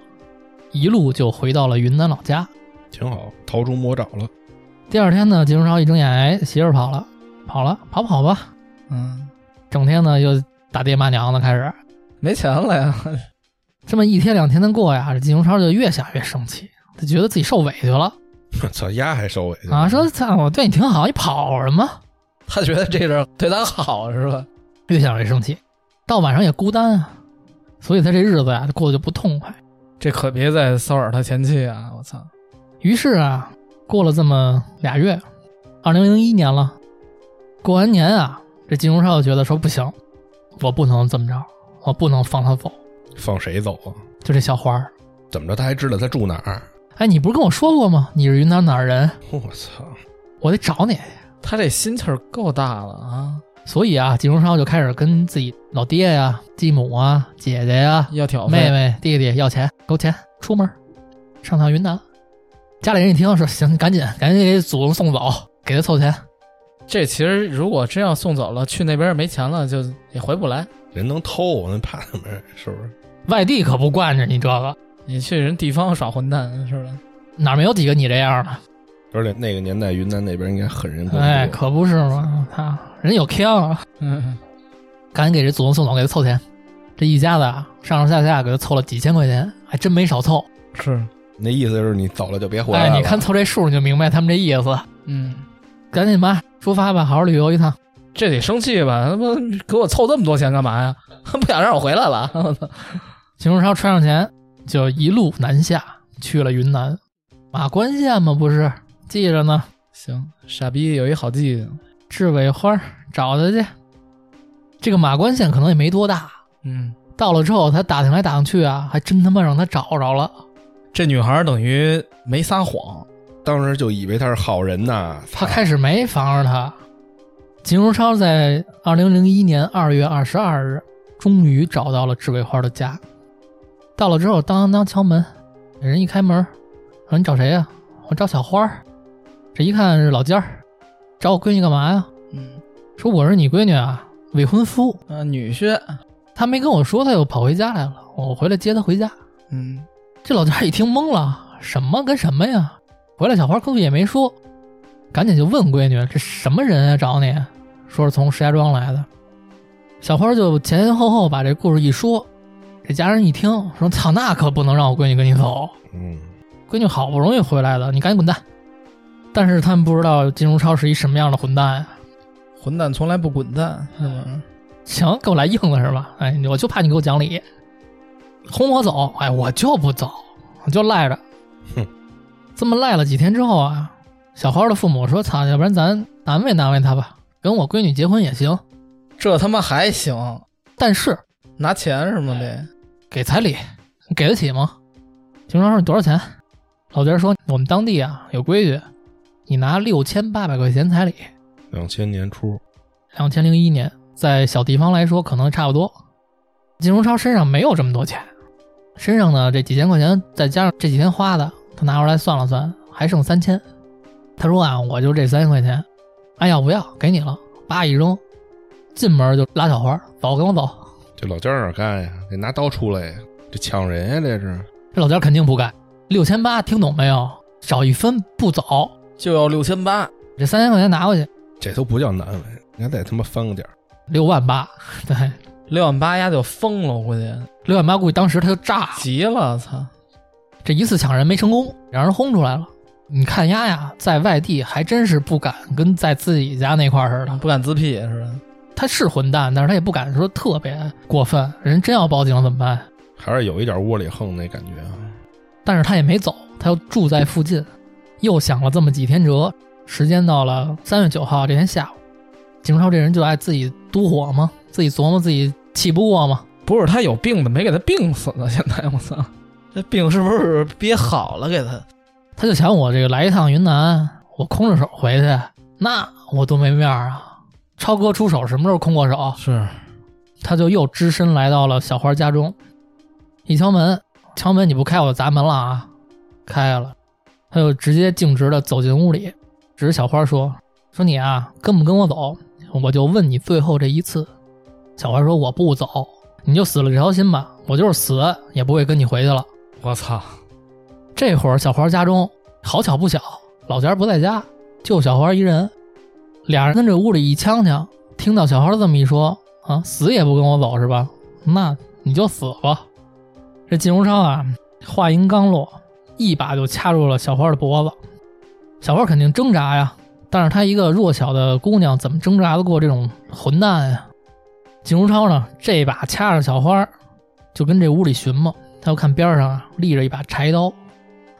Speaker 1: 一路就回到了云南老家。
Speaker 3: 挺好，逃出魔爪了。
Speaker 1: 第二天呢，景荣超一睁眼，哎，媳妇儿跑了，跑了，跑跑吧，
Speaker 2: 嗯，
Speaker 1: 整天呢又打爹骂娘的开始。
Speaker 2: 没钱了呀，
Speaker 1: 这么一天两天的过呀，这金荣超就越想越生气，他觉得自己受委屈了
Speaker 3: 操，丫还收尾去
Speaker 1: 啊，说操，我对你挺好，你跑什么？
Speaker 2: 他觉得这事儿对他好是吧？
Speaker 1: 越想越生气，到晚上也孤单啊，所以他这日子呀过得就不痛快。
Speaker 2: 这可别再骚扰他前妻啊！我操，
Speaker 1: 于是啊，过了这么俩月，二零零一年了，过完年啊，这金荣超就觉得说不行，我不能这么着，我不能放他走，
Speaker 3: 放谁走啊？
Speaker 1: 就这小花儿。
Speaker 3: 怎么着？他还知道他住哪儿？
Speaker 1: 哎，你不是跟我说过吗？你是云南哪儿人？
Speaker 3: 我操！
Speaker 1: 我得找你。
Speaker 2: 他这心气儿够大了啊！
Speaker 1: 所以啊，金荣超就开始跟自己老爹呀、继母啊、姐姐呀、
Speaker 2: 要挑
Speaker 1: 妹妹、弟弟要钱，给我钱，出门，上趟云南。家里人一听说行，赶紧赶紧给祖宗送走，给他凑钱。
Speaker 2: 这其实如果真要送走了，去那边儿没钱了就也回不来。
Speaker 3: 人能偷，啊那怕什么？是不是？
Speaker 1: 外地可不惯着你这个，
Speaker 2: 你去人地方耍混蛋是吧？
Speaker 1: 哪儿没有几个你这样的？哎
Speaker 3: 而且那个年代，云南那边应该狠人更多。
Speaker 1: 哎，可不是嘛，啊，人有枪啊。
Speaker 2: 嗯，
Speaker 1: 赶紧给这祖宗送走，给他凑钱。这一家子啊，上上下下给他凑了几千块钱，还真没少凑。
Speaker 2: 是，
Speaker 3: 那意思就是你走了就别回来
Speaker 1: 哎，
Speaker 3: 了。
Speaker 1: 你看凑这数你就明白他们这意思。
Speaker 2: 嗯，
Speaker 1: 赶紧吧，出发吧，好好旅游一趟。
Speaker 2: 这得生气吧？他妈给我凑这么多钱干嘛呀？ 不想让我回来了，我操
Speaker 1: 秦如超穿上钱，就一路南下去了云南马关县嘛，不是记着呢。
Speaker 2: 行，傻逼有一好记性。
Speaker 1: 雉尾花儿找他去。这个马关县可能也没多大，
Speaker 2: 嗯，
Speaker 1: 到了之后他打听来打听去啊，还真他妈让他找着了。
Speaker 2: 这女孩等于没撒谎，
Speaker 3: 当时就以为他是好人呐，
Speaker 1: 他
Speaker 3: 操
Speaker 1: 开始没防着他。秦如超在二零零一年二月二十二日，终于找到了雉尾花的家。到了之后，当当当敲门，人一开门，说：“你找谁呀、我找小花儿。”这一看是老尖儿，找我闺女干嘛呀？
Speaker 2: 嗯，
Speaker 1: 说我是你闺女啊，未婚夫。
Speaker 2: 啊，女婿，
Speaker 1: 他没跟我说，他又跑回家来了。我回来接他回家。
Speaker 2: 嗯，
Speaker 1: 这老家一听懵了，什么跟什么呀？回来小花根本也没说，赶紧就问闺女：“这什么人啊？找你？”说是从石家庄来的。小花就前前后后把这故事一说，这家人一听说：“操，那可不能让我闺女跟你走，
Speaker 3: 嗯，
Speaker 1: 闺女好不容易回来的，你赶紧滚蛋。”但是他们不知道金荣超是一什么样的混蛋呀、啊
Speaker 2: 混蛋从来不滚蛋，是吗？
Speaker 1: 行，给我来硬的是吧？哎，我就怕你给我讲理，轰我走，哎，我就不走，我就赖着。
Speaker 3: 哼，
Speaker 1: 这么赖了几天之后啊，小花的父母说：“操，要不然咱难为难为他吧，跟我闺女结婚也行，
Speaker 2: 这他妈还行，
Speaker 1: 但是
Speaker 2: 拿钱是吗？得，
Speaker 1: 给彩礼，你给得起吗？”秦庄说：“多少钱？”老爹说：“我们当地啊有规矩，你拿六千八百块钱彩礼，
Speaker 3: 两千年初，
Speaker 1: 两千零一年，在小地方来说可能差不多。金荣超身上没有这么多钱，身上呢这几千块钱，再加上这几天花的，他拿出来算了算，还剩三千。他说啊，我就这三千块钱，爱要不要给你了，叭一扔，进门就拉小花，走，跟我走。
Speaker 3: 这老家哪干呀？得拿刀出来呀！这抢人呀，这是
Speaker 1: 这老家肯定不干，六千八，听懂没有？少一分不走，
Speaker 2: 就要六千八，
Speaker 1: 这三千块钱拿回去，
Speaker 3: 这都不叫难为，你还得他妈翻个点儿。
Speaker 1: 六万八，对，
Speaker 2: 六万八丫就疯了，我估计
Speaker 1: 六万八，估计当时他就炸了。
Speaker 2: 急了，操，
Speaker 1: 这一次抢人没成功，让人轰出来了。你看丫呀，在外地还真是不敢跟在自己家那块儿似的。
Speaker 2: 不敢自辟是吧？
Speaker 1: 他是混蛋，但是他也不敢说特别过分。人真要报警了怎么办？
Speaker 3: 还是有一点窝里横那感觉啊！
Speaker 1: 但是他也没走，他又住在附近，又想了这么几天辙。时间到了三月九号这天下午，景超这人就爱自己嘟火嘛，自己琢磨自己气不过嘛。
Speaker 2: 不是他有病的，没给他病死呢。现在我操， 这病是不是憋好了给他？
Speaker 1: 他就想我这个来一趟云南，我空着手回去，那我多没面儿啊！超哥出手什么时候空过手？
Speaker 2: 是，
Speaker 1: 他就又只身来到了小花家中，一敲门，敲门你不开我就砸门了啊！开了，他就直接径直的走进屋里，指着小花说：“说你啊，跟不跟我走？我就问你最后这一次。”小花说：“我不走，你就死了这条心吧，我就是死也不会跟你回去了。
Speaker 2: 我操，”
Speaker 1: 这会儿小花家中好巧不巧，老家不在家，就小花一人，俩人跟这屋里一呛呛，听到小花这么一说啊，死也不跟我走是吧？那你就死吧。这金荣超啊，话音刚落，一把就掐住了小花的脖子。小花肯定挣扎呀，但是她一个弱小的姑娘，怎么挣扎得过这种混蛋呀？金荣超呢，这一把掐着小花，就跟这屋里寻摸，他就看边上啊立着一把柴刀，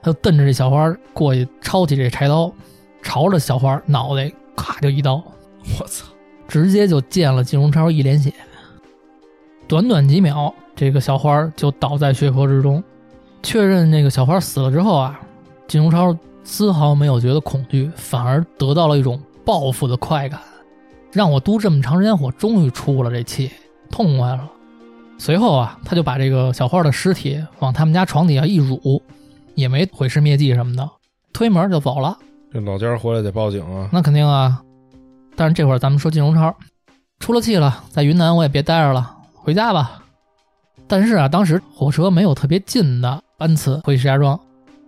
Speaker 1: 他就瞪着这小花过去抄起这柴刀，朝着小花脑袋咔就一刀，
Speaker 2: 我操，
Speaker 1: 直接就溅了金荣超一脸血。短短几秒，这个小花就倒在血泊之中。确认那个小花死了之后啊，金荣超丝毫没有觉得恐惧，反而得到了一种报复的快感。让我嘟这么长时间火，终于出了这气，痛快了。随后啊，他就把这个小花的尸体往他们家床底下一辱，也没毁尸灭迹什么的，推门就走了。
Speaker 3: 这老家回来得报警啊！
Speaker 1: 那肯定啊。但是这会儿咱们说金荣超出了气了，在云南我也别待着了，回家吧。但是啊，当时火车没有特别近的班次回石家庄，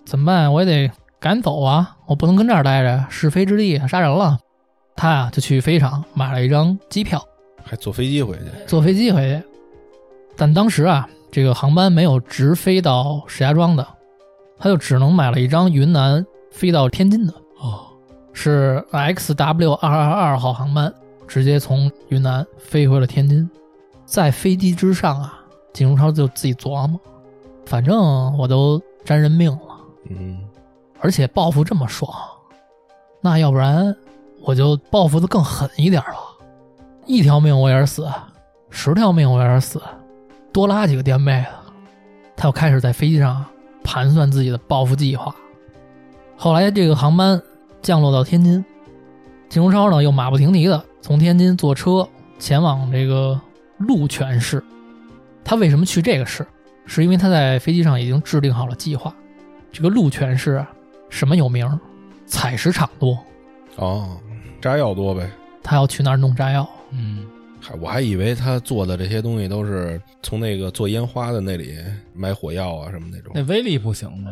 Speaker 1: 怎么办？我也得赶走啊！我不能跟这儿待着，是非之地杀人了。他啊就去飞机场买了一张机票，
Speaker 3: 还坐飞机回去，
Speaker 1: 坐飞机回去。但当时啊，这个航班没有直飞到石家庄的，他就只能买了一张云南飞到天津的，
Speaker 2: 哦，
Speaker 1: 是 XW 二二二号航班，直接从云南飞回了天津。在飞机之上啊，景如超就自己琢磨，反正我都沾人命了，
Speaker 3: 嗯，
Speaker 1: 而且报复这么爽，那要不然我就报复的更狠一点吧。一条命我也是死，十条命我也是死，多拉几个垫背的。他又开始在飞机上盘算自己的报复计划。后来这个航班降落到天津，金荣超呢又马不停蹄的从天津坐车前往这个鹿泉市。他为什么去这个市？是因为他在飞机上已经制定好了计划。这个鹿泉市啊，什么有名儿？采石场多，
Speaker 3: 哦，炸药多呗。
Speaker 1: 他要去那儿弄炸药。
Speaker 2: 嗯，
Speaker 3: 还我还以为他做的这些东西都是从那个做烟花的那里买火药啊什么那种。
Speaker 2: 那威力不行吗？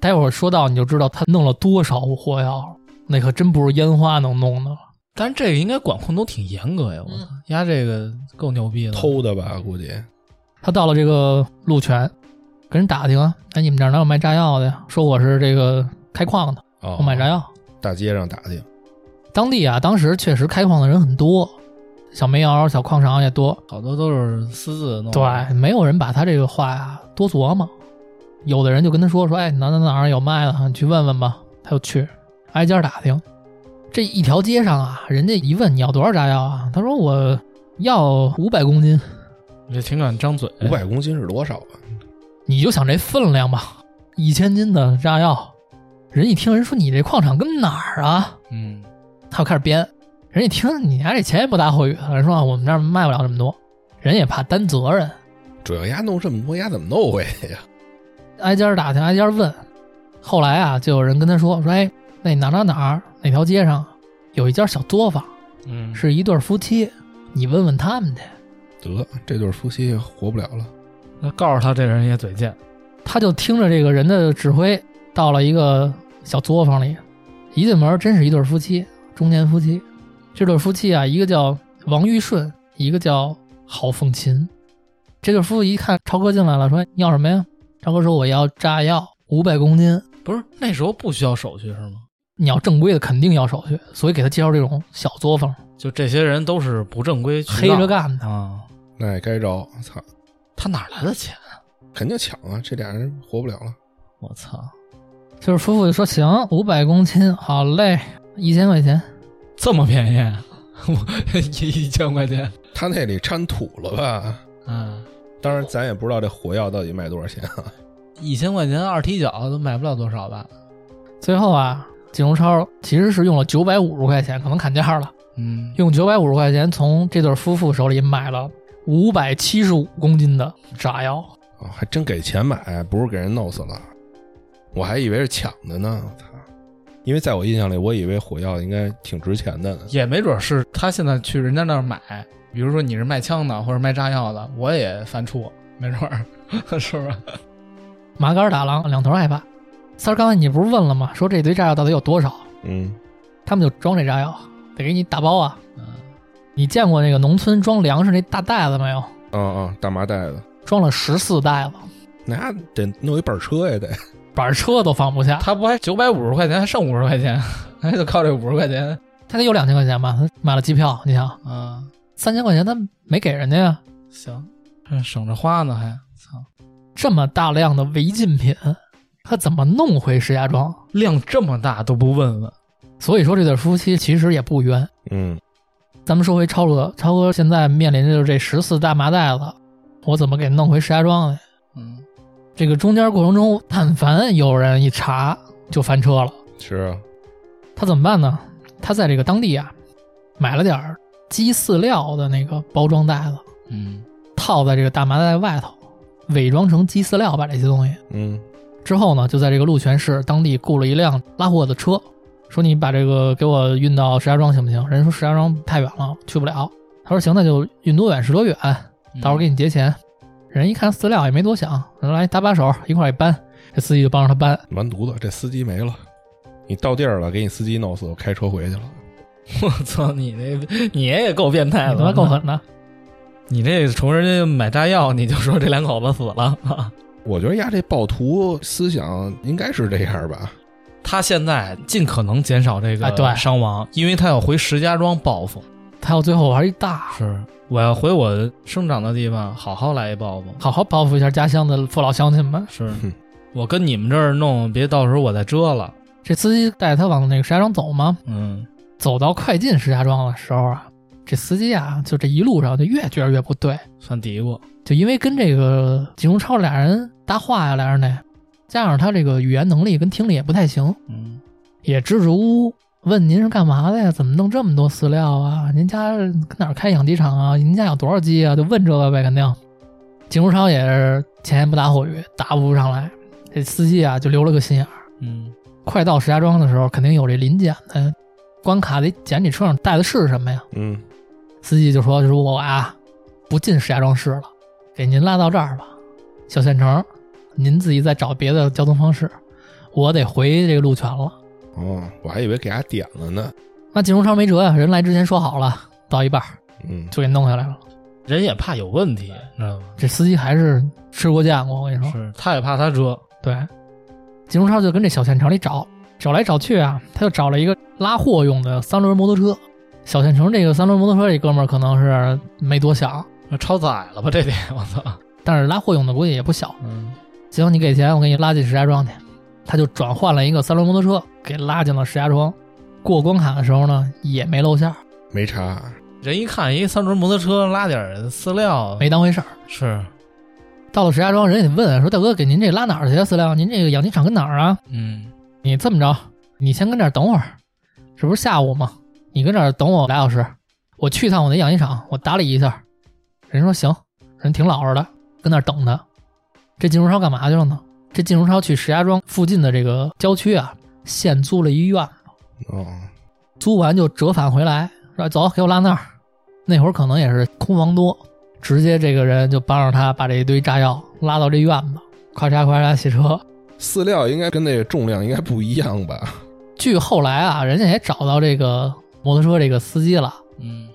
Speaker 1: 待会儿说到你就知道他弄了多少火药了，那可真不是烟花能弄的了。
Speaker 2: 但是这个应该管控都挺严格呀，我操，压这个够牛逼了，
Speaker 3: 偷的吧，估计
Speaker 1: 他到了这个鹿泉，跟人打听啊，哎，你们这儿哪有卖炸药的呀？说我是这个开矿的，
Speaker 3: 哦，
Speaker 1: 我买炸药。
Speaker 3: 大街上打听，
Speaker 1: 当地啊，当时确实开矿的人很多，小煤窑、小矿场也多。
Speaker 2: 好多都是私自弄的。
Speaker 1: 对，没有人把他这个话呀多琢磨。有的人就跟他说说，哎，哪哪哪儿有卖的，你去问问吧。他就去挨家打听，这一条街上啊，人家一问你要多少炸药啊，他说我要五百公斤。
Speaker 2: 你这挺敢张嘴，
Speaker 1: 哎
Speaker 2: 嗯
Speaker 3: 五百公斤是多少啊？
Speaker 1: 你就想这分量吧，一千斤的炸药。啊人一听人说你这矿场跟哪儿啊？
Speaker 2: 嗯，
Speaker 1: 他就开始编。人一听你家这钱也不搭后语，人说啊我们这儿卖不了这么多，人也怕担责任，
Speaker 3: 主要丫弄这么多，丫怎么弄回去呀？
Speaker 1: 挨家打听，挨家问。后来啊，就有人跟他说说，哎，那哪哪哪儿哪条街上有一家小作坊，
Speaker 2: 嗯，
Speaker 1: 是一对夫妻，你问问他们去。
Speaker 3: 得，这对夫妻活不了了。
Speaker 2: 那告诉他这人也嘴贱，
Speaker 1: 他就听着这个人的指挥，到了一个小作坊里，一进门真是一对夫妻，中年夫妻。这对夫妻啊，一个叫王玉顺，一个叫郝凤琴。这对夫妇一看超哥进来了，说：“你要什么呀？”超哥说：“我要炸药五百公斤，
Speaker 2: 不是那时候不需要手续是吗？
Speaker 1: 你要正规的肯定要手续。”所以给他介绍这种小作坊，
Speaker 2: 就这些人都是不正规
Speaker 1: 黑
Speaker 2: 渠道
Speaker 1: 着干的。
Speaker 2: 啊，
Speaker 3: 那也该着，操，
Speaker 2: 他哪来的钱？啊
Speaker 3: 肯定抢啊！这俩人活不了了。
Speaker 2: 我操，
Speaker 1: 就是夫妇就说：“行，五百公斤，好嘞，一千块钱。”
Speaker 2: 这么便宜，啊 我一一千块钱，
Speaker 3: 他那里掺土了吧？
Speaker 2: 嗯，
Speaker 3: 当然，咱也不知道这火药到底卖多少钱啊。
Speaker 2: 一千块钱二踢脚都买不了多少吧？
Speaker 1: 最后啊，景荣超其实是用了九百五十块钱，可能砍价了，
Speaker 2: 嗯，
Speaker 1: 用九百五十块钱从这对夫妇手里买了五百七十五公斤的炸药。
Speaker 3: 哦，还真给钱买，不是给人弄死了。我还以为是抢的呢，我操！因为在我印象里，我以为火药应该挺值钱的呢。
Speaker 2: 也没准是他现在去人家那儿买，比如说你是卖枪的或者卖炸药的，我也犯怵，没准儿， 是不是？
Speaker 1: 麻杆打狼，两头害怕。三儿，刚才你不是问了吗？说这堆炸药到底有多少？
Speaker 3: 嗯，
Speaker 1: 他们就装这炸药，得给你打包啊。
Speaker 2: 嗯，
Speaker 1: 你见过那个农村装粮食那大袋子没有？
Speaker 3: 啊啊，大麻袋子，
Speaker 1: 装了十四袋子，
Speaker 3: 那得弄一板车呀，得。
Speaker 1: 板车都放不下。
Speaker 2: 他不还九百五十块钱，还剩五十块钱，还就靠这五十块钱
Speaker 1: 他得有两千块钱吧？他买了机票，你想
Speaker 2: 啊？
Speaker 1: 三千块钱他没给人家呀？
Speaker 2: 行，这省着花呢还，操，
Speaker 1: 这么大量的违禁品，他怎么弄回石家庄？
Speaker 2: 量这么大都不问问，
Speaker 1: 所以说这对夫妻其实也不冤。
Speaker 3: 嗯，
Speaker 1: 咱们说回超哥，超哥现在面临的就是这十四大麻袋子，我怎么给弄回石家庄来？
Speaker 2: 嗯，
Speaker 1: 这个中间过程中，但凡有人一查就翻车了，
Speaker 3: 是啊，
Speaker 1: 他怎么办呢？他在这个当地啊，买了点儿鸡饲料的那个包装袋子，
Speaker 2: 嗯，
Speaker 1: 套在这个大麻袋外头，伪装成鸡饲料，把这些东西
Speaker 3: 嗯，
Speaker 1: 之后呢，就在这个鹿泉市当地雇了一辆拉货的车，说你把这个给我运到石家庄行不行？人说石家庄太远了，去不了。他说行，那就运多远是多远，
Speaker 2: 嗯
Speaker 1: 到时候给你结钱。人一看饲料也没多想，说来搭把手一块儿一搬，这司机就帮着他搬。
Speaker 3: 完犊子，这司机没了。你到地儿了，给你司机弄死，我开车回去了。
Speaker 2: 我操，你那你也够变态
Speaker 1: 你
Speaker 2: 的，
Speaker 1: 他妈够狠的！
Speaker 2: 你这从人家买炸药，你就说这两口子死了。
Speaker 3: 我觉得呀，这暴徒思想应该是这样吧？
Speaker 2: 他现在尽可能减少这
Speaker 1: 哎对
Speaker 2: 个伤亡，因为他要回石家庄报复。
Speaker 1: 他要最后玩一大，
Speaker 2: 是，我要回我生长的地方，好好来一报复。
Speaker 1: 好好报复一下家乡的父老乡亲们。
Speaker 2: 是
Speaker 3: 哼，
Speaker 2: 我跟你们这儿弄，别到时候我再折了。
Speaker 1: 这司机带着他往那个石家庄走嘛，
Speaker 2: 嗯，
Speaker 1: 走到快进石家庄的时候啊，这司机啊，就这一路上就越觉得越不对，
Speaker 2: 算嘀咕。
Speaker 1: 就因为跟这个景荣超俩人搭话呀，俩人呢，加上他这个语言能力跟听力也不太行，
Speaker 2: 嗯，
Speaker 1: 也支支吾吾问您是干嘛的呀？怎么弄这么多饲料啊？您家跟哪儿开养鸡场啊？您家养多少鸡啊？就问这个呗，肯定。景荣超也是前言不搭后语，答不上来。这司机啊，就留了个心眼儿。
Speaker 2: 嗯，
Speaker 1: 快到石家庄的时候，肯定有这临检的关卡，得检你车上带的是什么呀？
Speaker 3: 嗯，
Speaker 1: 司机就说：“就是我啊，不进石家庄市了，给您拉到这儿吧，小县城，您自己再找别的交通方式，我得回这个鹿泉了。
Speaker 3: 哦，我还以为给他点了呢。”
Speaker 1: 那景荣超没辙呀，人来之前说好了，到一半儿
Speaker 3: 嗯，
Speaker 1: 就给弄下来了。
Speaker 2: 人也怕有问题，知道吗？
Speaker 1: 这司机还是吃过见过，我跟你说，
Speaker 2: 是，他也怕他折。
Speaker 1: 对。景荣超就跟这小县城里找，找来找去啊，他就找了一个拉货用的三轮摩托车。小县城这个三轮摩托车这哥们儿可能是没多想，
Speaker 2: 超载了吧？这得我操！
Speaker 1: 但是拉货用的估计也不小。
Speaker 2: 嗯，
Speaker 1: 行，你给钱，我给你拉进石家庄去。他就转换了一个三轮摩托车，给拉进了石家庄。过关卡的时候呢，也没露馅儿，
Speaker 3: 没查，
Speaker 2: 人一看一三轮摩托车拉点儿饲料，
Speaker 1: 没当回事儿。
Speaker 2: 是，
Speaker 1: 到了石家庄，人也问说：“大哥，给您这拉哪儿去啊？饲料？您这个养鸡场跟哪儿啊
Speaker 2: 嗯，？”
Speaker 1: 你这么着，你先跟这儿等会儿，这不是下午吗？你跟这儿等我俩小时，我去一趟我那养鸡场，我打理一下。人说行，人挺老实的，跟那儿等他。这金荣超干嘛去了呢？这金荣超去石家庄附近的这个郊区啊，现租了一院。
Speaker 3: 哦，
Speaker 1: 租完就折返回来，说走，给我拉那儿。那会儿可能也是空房多，直接这个人就帮着他把这一堆炸药拉到这院子，咔嚓咔嚓洗车。
Speaker 3: 饲料应该跟那个重量应该不一样吧？
Speaker 1: 据后来啊，人家也找到这个摩托车这个司机了。
Speaker 2: 嗯，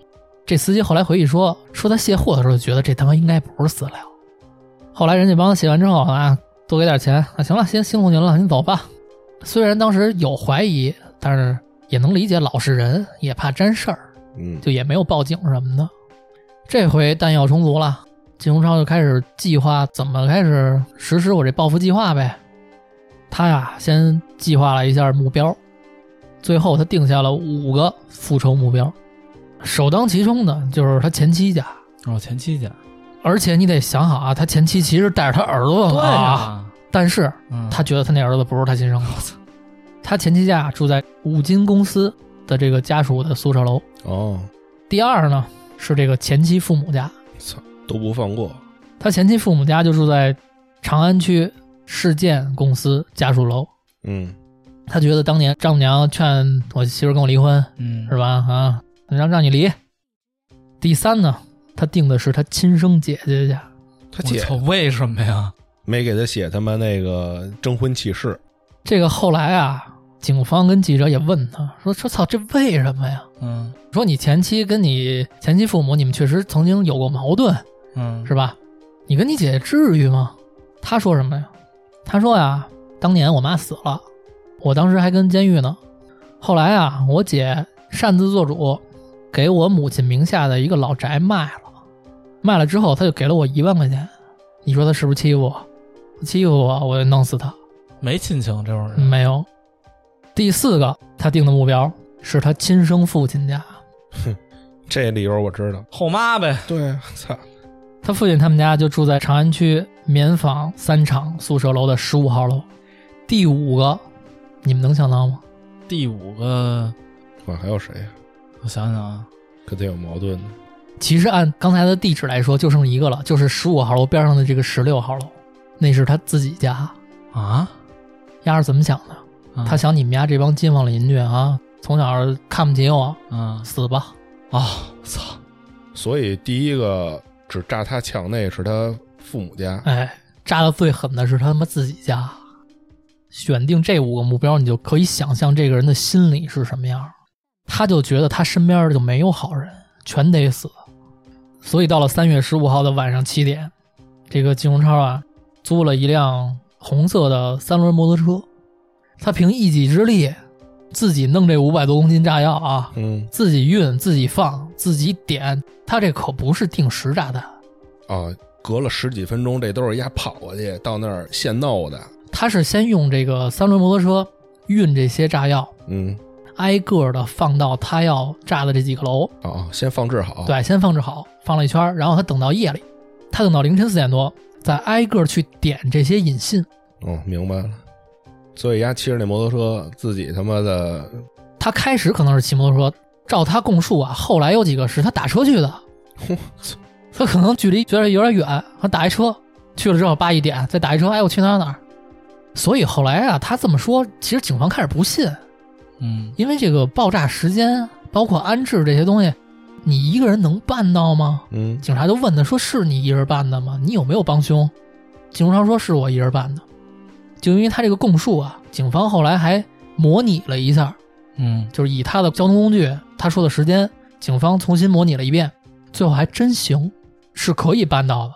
Speaker 1: 这司机后来回忆说，说他卸货的时候觉得这他妈应该不是饲料。后来人家帮他卸完之后啊，多给点钱啊，行了，先辛苦您了，您走吧。虽然当时有怀疑，但是也能理解，老实人也怕沾事儿。
Speaker 3: 嗯，
Speaker 1: 就也没有报警什么的。这回弹药充足了，金荣超就开始计划怎么开始实施我这报复计划呗。他呀，先计划了一下目标，最后他定下了五个复仇目标。首当其冲的就是他前妻家，
Speaker 2: 哦，前妻家，
Speaker 1: 而且你得想好啊，他前妻其实带着他儿子呢啊，
Speaker 2: 啊，
Speaker 1: 但是
Speaker 2: 嗯，
Speaker 1: 他觉得他那儿子不是他亲生的。他前妻家住在五金公司的这个家属的宿舍楼，
Speaker 3: 哦，
Speaker 1: 第二呢是这个前妻父母家，
Speaker 3: 操，都不放过。
Speaker 1: 他前妻父母家就住在长安区市建公司家属楼。
Speaker 3: 嗯，
Speaker 1: 他觉得当年丈母娘劝我媳妇儿跟我离婚
Speaker 2: 嗯
Speaker 1: 是吧？啊，让让你离。第三呢，他定的是他亲生姐姐家，
Speaker 3: 他
Speaker 2: 我
Speaker 3: 姐
Speaker 2: 操，为什么呀？
Speaker 3: 没给他写他妈那个征婚启事，
Speaker 1: 这个后来啊，警方跟记者也问他说：“说操，这为什么呀？
Speaker 2: 嗯
Speaker 1: 说你前妻跟你前妻父母，你们确实曾经有过矛盾，
Speaker 2: 嗯，
Speaker 1: 是吧？你跟你姐姐至于吗？他说什么呀？他说呀，当年我妈死了，我当时还跟监狱呢。后来啊，我姐擅自做主，给我母亲名下的一个老宅卖了，卖了之后，他就给了我一万块钱。你说他是不是欺负我？欺负我，我就弄死他。
Speaker 2: 没亲情这种人，
Speaker 1: 没有。第四个，他定的目标是他亲生父亲家，
Speaker 3: 这理由我知道。
Speaker 2: 后妈呗。
Speaker 3: 对，啊操，
Speaker 1: 他父亲他们家就住在长安区棉纺三厂宿舍楼的十五号楼。第五个，你们能想到吗？
Speaker 2: 第五个，
Speaker 3: 我还有谁呀
Speaker 2: 我想想啊，
Speaker 3: 跟他有矛盾的？
Speaker 1: 其实按刚才的地址来说，就剩一个了，就是十五号楼边上的这个十六号楼，那是他自己家。
Speaker 2: 啊，
Speaker 1: 丫是怎么想的？
Speaker 2: 啊
Speaker 1: 他想你们家这帮街坊邻居啊，从小看不起我，
Speaker 2: 啊
Speaker 1: 死吧！
Speaker 2: 哦，操，
Speaker 3: 所以第一个只炸他墙那是他父母家，
Speaker 1: 哎，扎的最狠的是他妈自己家。选定这五个目标，你就可以想象这个人的心理是什么样儿。他就觉得他身边就没有好人，全得死。所以到了三月十五号的晚上七点，这个金荣超啊租了一辆红色的三轮摩托车，他凭一己之力自己弄这五百多公斤炸药啊，
Speaker 3: 嗯，
Speaker 1: 自己运、自己放、自己点，他这可不是定时炸弹，
Speaker 3: 哦，隔了十几分钟，这都是丫跑过去到那儿现弄的，
Speaker 1: 他是先用这个三轮摩托车运这些炸药，
Speaker 3: 嗯，
Speaker 1: 挨个的放到他要炸的这几个楼，
Speaker 3: 哦，先放置好，，
Speaker 1: 对，先放置好，放了一圈儿，然后他等到夜里，他等到凌晨四点多，再挨个去点这些引信。
Speaker 3: 哦，明白了。所以丫骑着那摩托车，自己他妈的
Speaker 1: 他开始可能是骑摩托车，照他供述啊，后来有几个是他打车去的
Speaker 3: 我，
Speaker 1: 他可能距离觉得有点远，他打一车去了之后叭一点，再打一车，哎，我去哪儿哪儿哪儿。所以后来啊，他这么说，其实警方开始不信，
Speaker 2: 嗯，
Speaker 1: 因为这个爆炸时间，啊包括安置这些东西，你一个人能办到吗？
Speaker 3: 嗯
Speaker 1: 警察就问他说：“是你一人办的吗？你有没有帮凶？”金荣昌说：“是我一人办的。”就因为他这个供述啊，警方后来还模拟了一下，
Speaker 2: 嗯，
Speaker 1: 就是以他的交通工具、他说的时间，警方重新模拟了一遍，最后还真行，是可以办到的。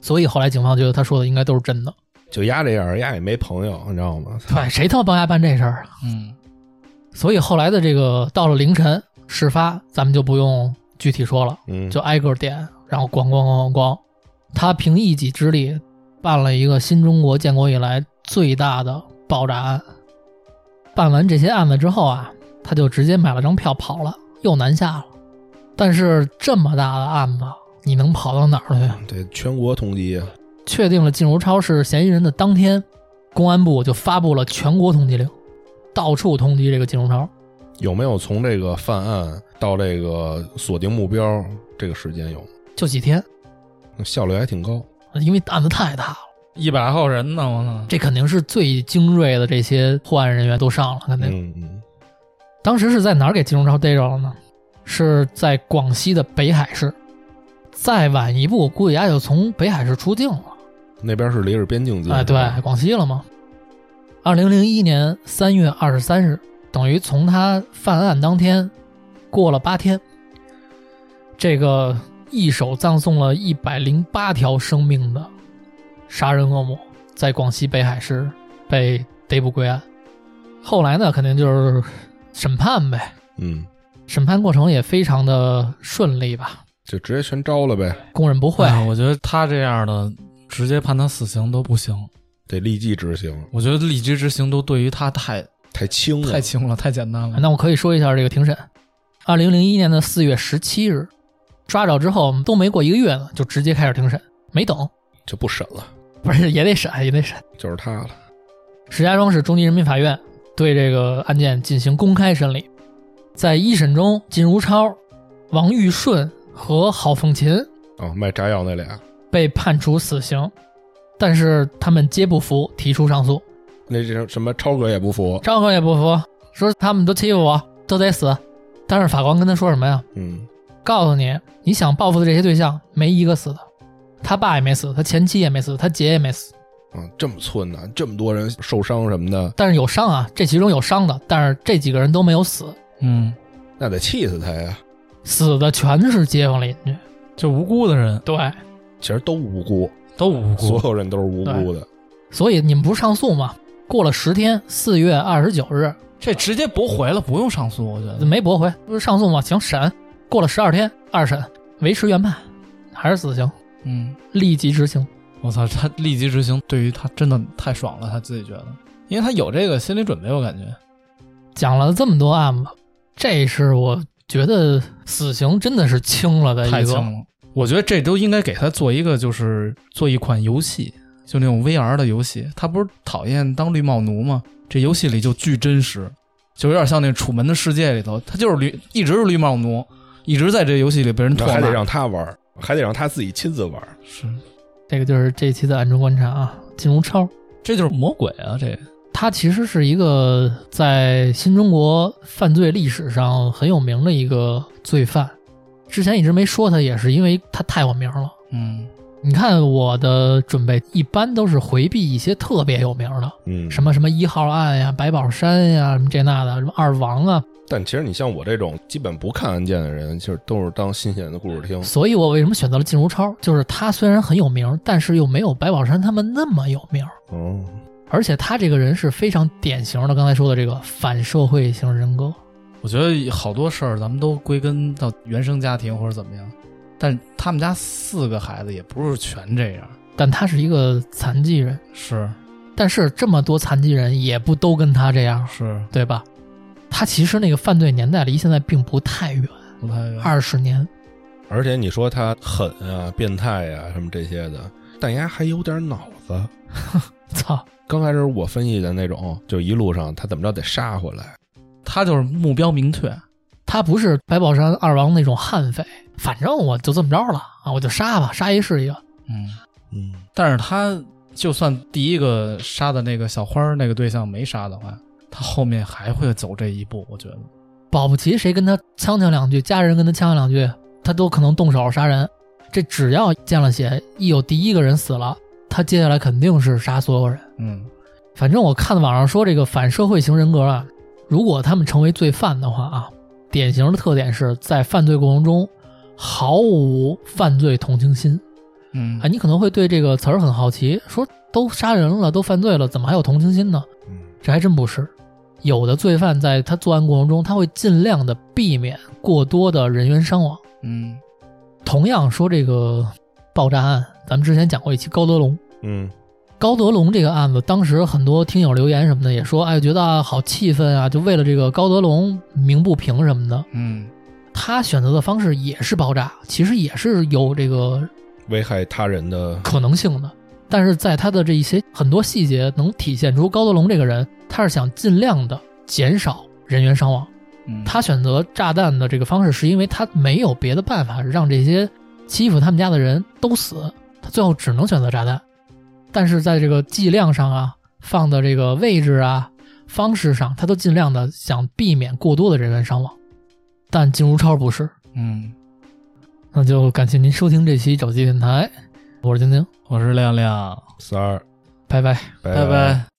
Speaker 1: 所以后来警方觉得他说的应该都是真的。
Speaker 3: 就丫这样，丫也没朋友，你知道吗？
Speaker 1: 对，谁他妈帮他办这事儿啊？
Speaker 2: 嗯，
Speaker 1: 所以后来的这个到了凌晨事发，咱们就不用具体说了。
Speaker 3: 嗯，
Speaker 1: 就挨个点，然后咣咣咣咣咣，他凭一己之力办了一个新中国建国以来最大的爆炸案。办完这些案子之后啊，他就直接买了张票跑了，又南下了。但是这么大的案子，啊你能跑到哪儿去？
Speaker 3: 对全国通缉啊，
Speaker 1: 确定了靳如超是嫌疑人的当天，公安部就发布了全国通缉令，到处通缉这个靳如超。
Speaker 3: 有没有从这个犯案到这个锁定目标这个时间有吗？
Speaker 1: 就几天，
Speaker 3: 那效率还挺高。
Speaker 1: 因为案子太大了。
Speaker 2: 一百号人呢，我操，
Speaker 1: 这肯定是最精锐的这些破案人员都上了，肯定。
Speaker 3: 嗯嗯，
Speaker 1: 当时是在哪儿给金钟超逮着了呢？是在广西的北海市。再晚一步，我估计丫就从北海市出境了。
Speaker 3: 那边是离着边
Speaker 2: 嗯
Speaker 3: 境近。
Speaker 1: 哎，对，广西了嘛。二零零一年三月二十三日，等于从他犯案当天过了八天，这个一手葬送了一百零八条生命的杀人恶魔，在广西北海市被逮捕归案。后来呢，肯定就是审判呗，
Speaker 3: 嗯，
Speaker 1: 审判过程也非常的顺利吧，
Speaker 3: 就直接全招了呗，
Speaker 1: 供认不讳。
Speaker 2: 哎我觉得他这样的直接判他死刑都不行，
Speaker 3: 得立即执行，
Speaker 2: 我觉得立即执行都对于他太
Speaker 3: 太轻了。
Speaker 2: 太轻了，太简单了。
Speaker 1: 啊那我可以说一下这个庭审。二零零一年的四月十七日，抓着之后都没过一个月呢，就直接开始庭审，没等，
Speaker 3: 就不审了，
Speaker 1: 不是也得审，也得审。
Speaker 3: 就是他了。
Speaker 1: 石家庄市中级人民法院对这个案件进行公开审理，在一审中，靳如超、王玉顺和郝凤琴
Speaker 3: 哦，卖炸药那俩，
Speaker 1: 被判处死刑，但是他们皆不服，提出上诉。
Speaker 3: 那这什么超哥也不服。
Speaker 1: 张哥也不服，说他们都欺负我，都得死。但是法官跟他说什么呀？
Speaker 3: 嗯，
Speaker 1: 告诉你，你想报复的这些对象没一个死的，他爸也没死，他前妻也没死，他姐也没死，
Speaker 3: 啊，这么寸呢、这么多人受伤什么的，
Speaker 1: 但是有伤啊，这其中有伤的，但是这几个人都没有死，
Speaker 2: 嗯，
Speaker 3: 那得气死他呀。
Speaker 1: 死的全是街坊邻居。
Speaker 2: 就无辜的人
Speaker 1: 对，
Speaker 3: 其实都无辜，
Speaker 2: 都无
Speaker 3: 所
Speaker 2: 辜。
Speaker 3: 有人都是无辜的。
Speaker 1: 所以你们不是上诉吗？过了十天，四月二十九日
Speaker 2: 这直接驳回了，不用上诉，我觉得。
Speaker 1: 没驳回，不是上诉吗？行，审。过了十二天，二审维持原判，还是死刑，
Speaker 2: 嗯，
Speaker 1: 立即执行。
Speaker 2: 我操，他立即执行，对于他真的太爽了，他自己觉得，因为他有这个心理准备，我感觉。
Speaker 1: 讲了这么多案子，这是我觉得死刑真的是轻了的一个，
Speaker 2: 太轻了。我觉得这都应该给他做一个，就是做一款游戏，就那种 VR 的游戏。他不是讨厌当绿帽奴吗？这游戏里就巨真实，就有点像那《楚门的世界》里头，他就是绿，一直是绿帽奴，一直在这游戏里被人唾
Speaker 3: 那还得
Speaker 2: 骂。
Speaker 3: 让他玩，还得让他自己亲自玩。
Speaker 2: 是，
Speaker 1: 这个就是这一期的暗中观察啊，金如超，
Speaker 2: 这就是魔鬼啊！这
Speaker 1: 他其实是一个在新中国犯罪历史上很有名的一个罪犯。之前一直没说他，也是因为他太有名了。
Speaker 2: 嗯，
Speaker 1: 你看我的准备一般都是回避一些特别有名的，
Speaker 3: 嗯，
Speaker 1: 什么什么一号案呀、百宝山呀，什么这那的，什么二王啊。
Speaker 3: 但其实你像我这种基本不看案件的人，其实都是当新鲜的故事听。
Speaker 1: 所以我为什么选择了靳如超？就是他虽然很有名，但是又没有百宝山他们那么有名。
Speaker 3: 哦，
Speaker 1: 而且他这个人是非常典型的，刚才说的这个反社会型人格。
Speaker 2: 我觉得好多事儿咱们都归根到原生家庭或者怎么样，但他们家四个孩子也不是全这样，
Speaker 1: 但他是一个残疾人，
Speaker 2: 是
Speaker 1: 但是这么多残疾人也不都跟他这样，
Speaker 2: 是
Speaker 1: 对吧？他其实那个犯罪年代离现在并不太远，
Speaker 2: 不太一样
Speaker 1: 二十年。
Speaker 3: 而且你说他狠啊、变态啊什么这些的，但丫还有点脑子。
Speaker 1: 操，
Speaker 3: 刚开始我分析的那种，就一路上他怎么着得杀回来。
Speaker 2: 他就是目标明确，
Speaker 1: 他不是百宝山二王那种悍匪，反正我就这么着了啊，我就杀吧，杀一是一个。
Speaker 2: 嗯，
Speaker 3: 嗯，
Speaker 2: 但是他就算第一个杀的那个小花儿那个对象没杀的话，他后面还会走这一步，我觉得
Speaker 1: 保不齐谁跟他呛呛两句，家人跟他呛呛两句，他都可能动手杀人。这只要见了血，一有第一个人死了，他接下来肯定是杀所有人。
Speaker 2: 嗯
Speaker 1: 反正我看网上说，这个反社会型人格啊，如果他们成为罪犯的话啊，典型的特点是在犯罪过程中毫无犯罪同情心。
Speaker 2: 嗯
Speaker 1: 哎，你可能会对这个词儿很好奇，说都杀人了，都犯罪了，怎么还有同情心呢？
Speaker 3: 嗯
Speaker 1: 这还真不是。有的罪犯在他作案过程中，他会尽量的避免过多的人员伤亡。
Speaker 2: 嗯
Speaker 1: 同样说这个爆炸案，咱们之前讲过一期高德龙，
Speaker 3: 嗯，
Speaker 1: 高德龙这个案子，当时很多听友留言什么的也说，哎，觉得啊好气愤啊，就为了这个高德龙鸣不平什么的。
Speaker 2: 嗯
Speaker 1: 他选择的方式也是爆炸，其实也是有这个
Speaker 3: 危害他人的，
Speaker 1: 可能性的。但是在他的这一些很多细节，能体现出高德龙这个人，他是想尽量的减少人员伤亡。
Speaker 2: 嗯，
Speaker 1: 他选择炸弹的这个方式，是因为他没有别的办法让这些欺负他们家的人都死，他最后只能选择炸弹。但是在这个剂量上啊，放的这个位置啊、方式上，他都尽量的想避免过多的人员伤亡。但金如超不是，
Speaker 2: 嗯，
Speaker 1: 那就感谢您收听这期找机电台，我是晶晶，
Speaker 2: 我是亮亮，
Speaker 3: 三儿，
Speaker 1: 拜拜。
Speaker 3: 拜
Speaker 2: 拜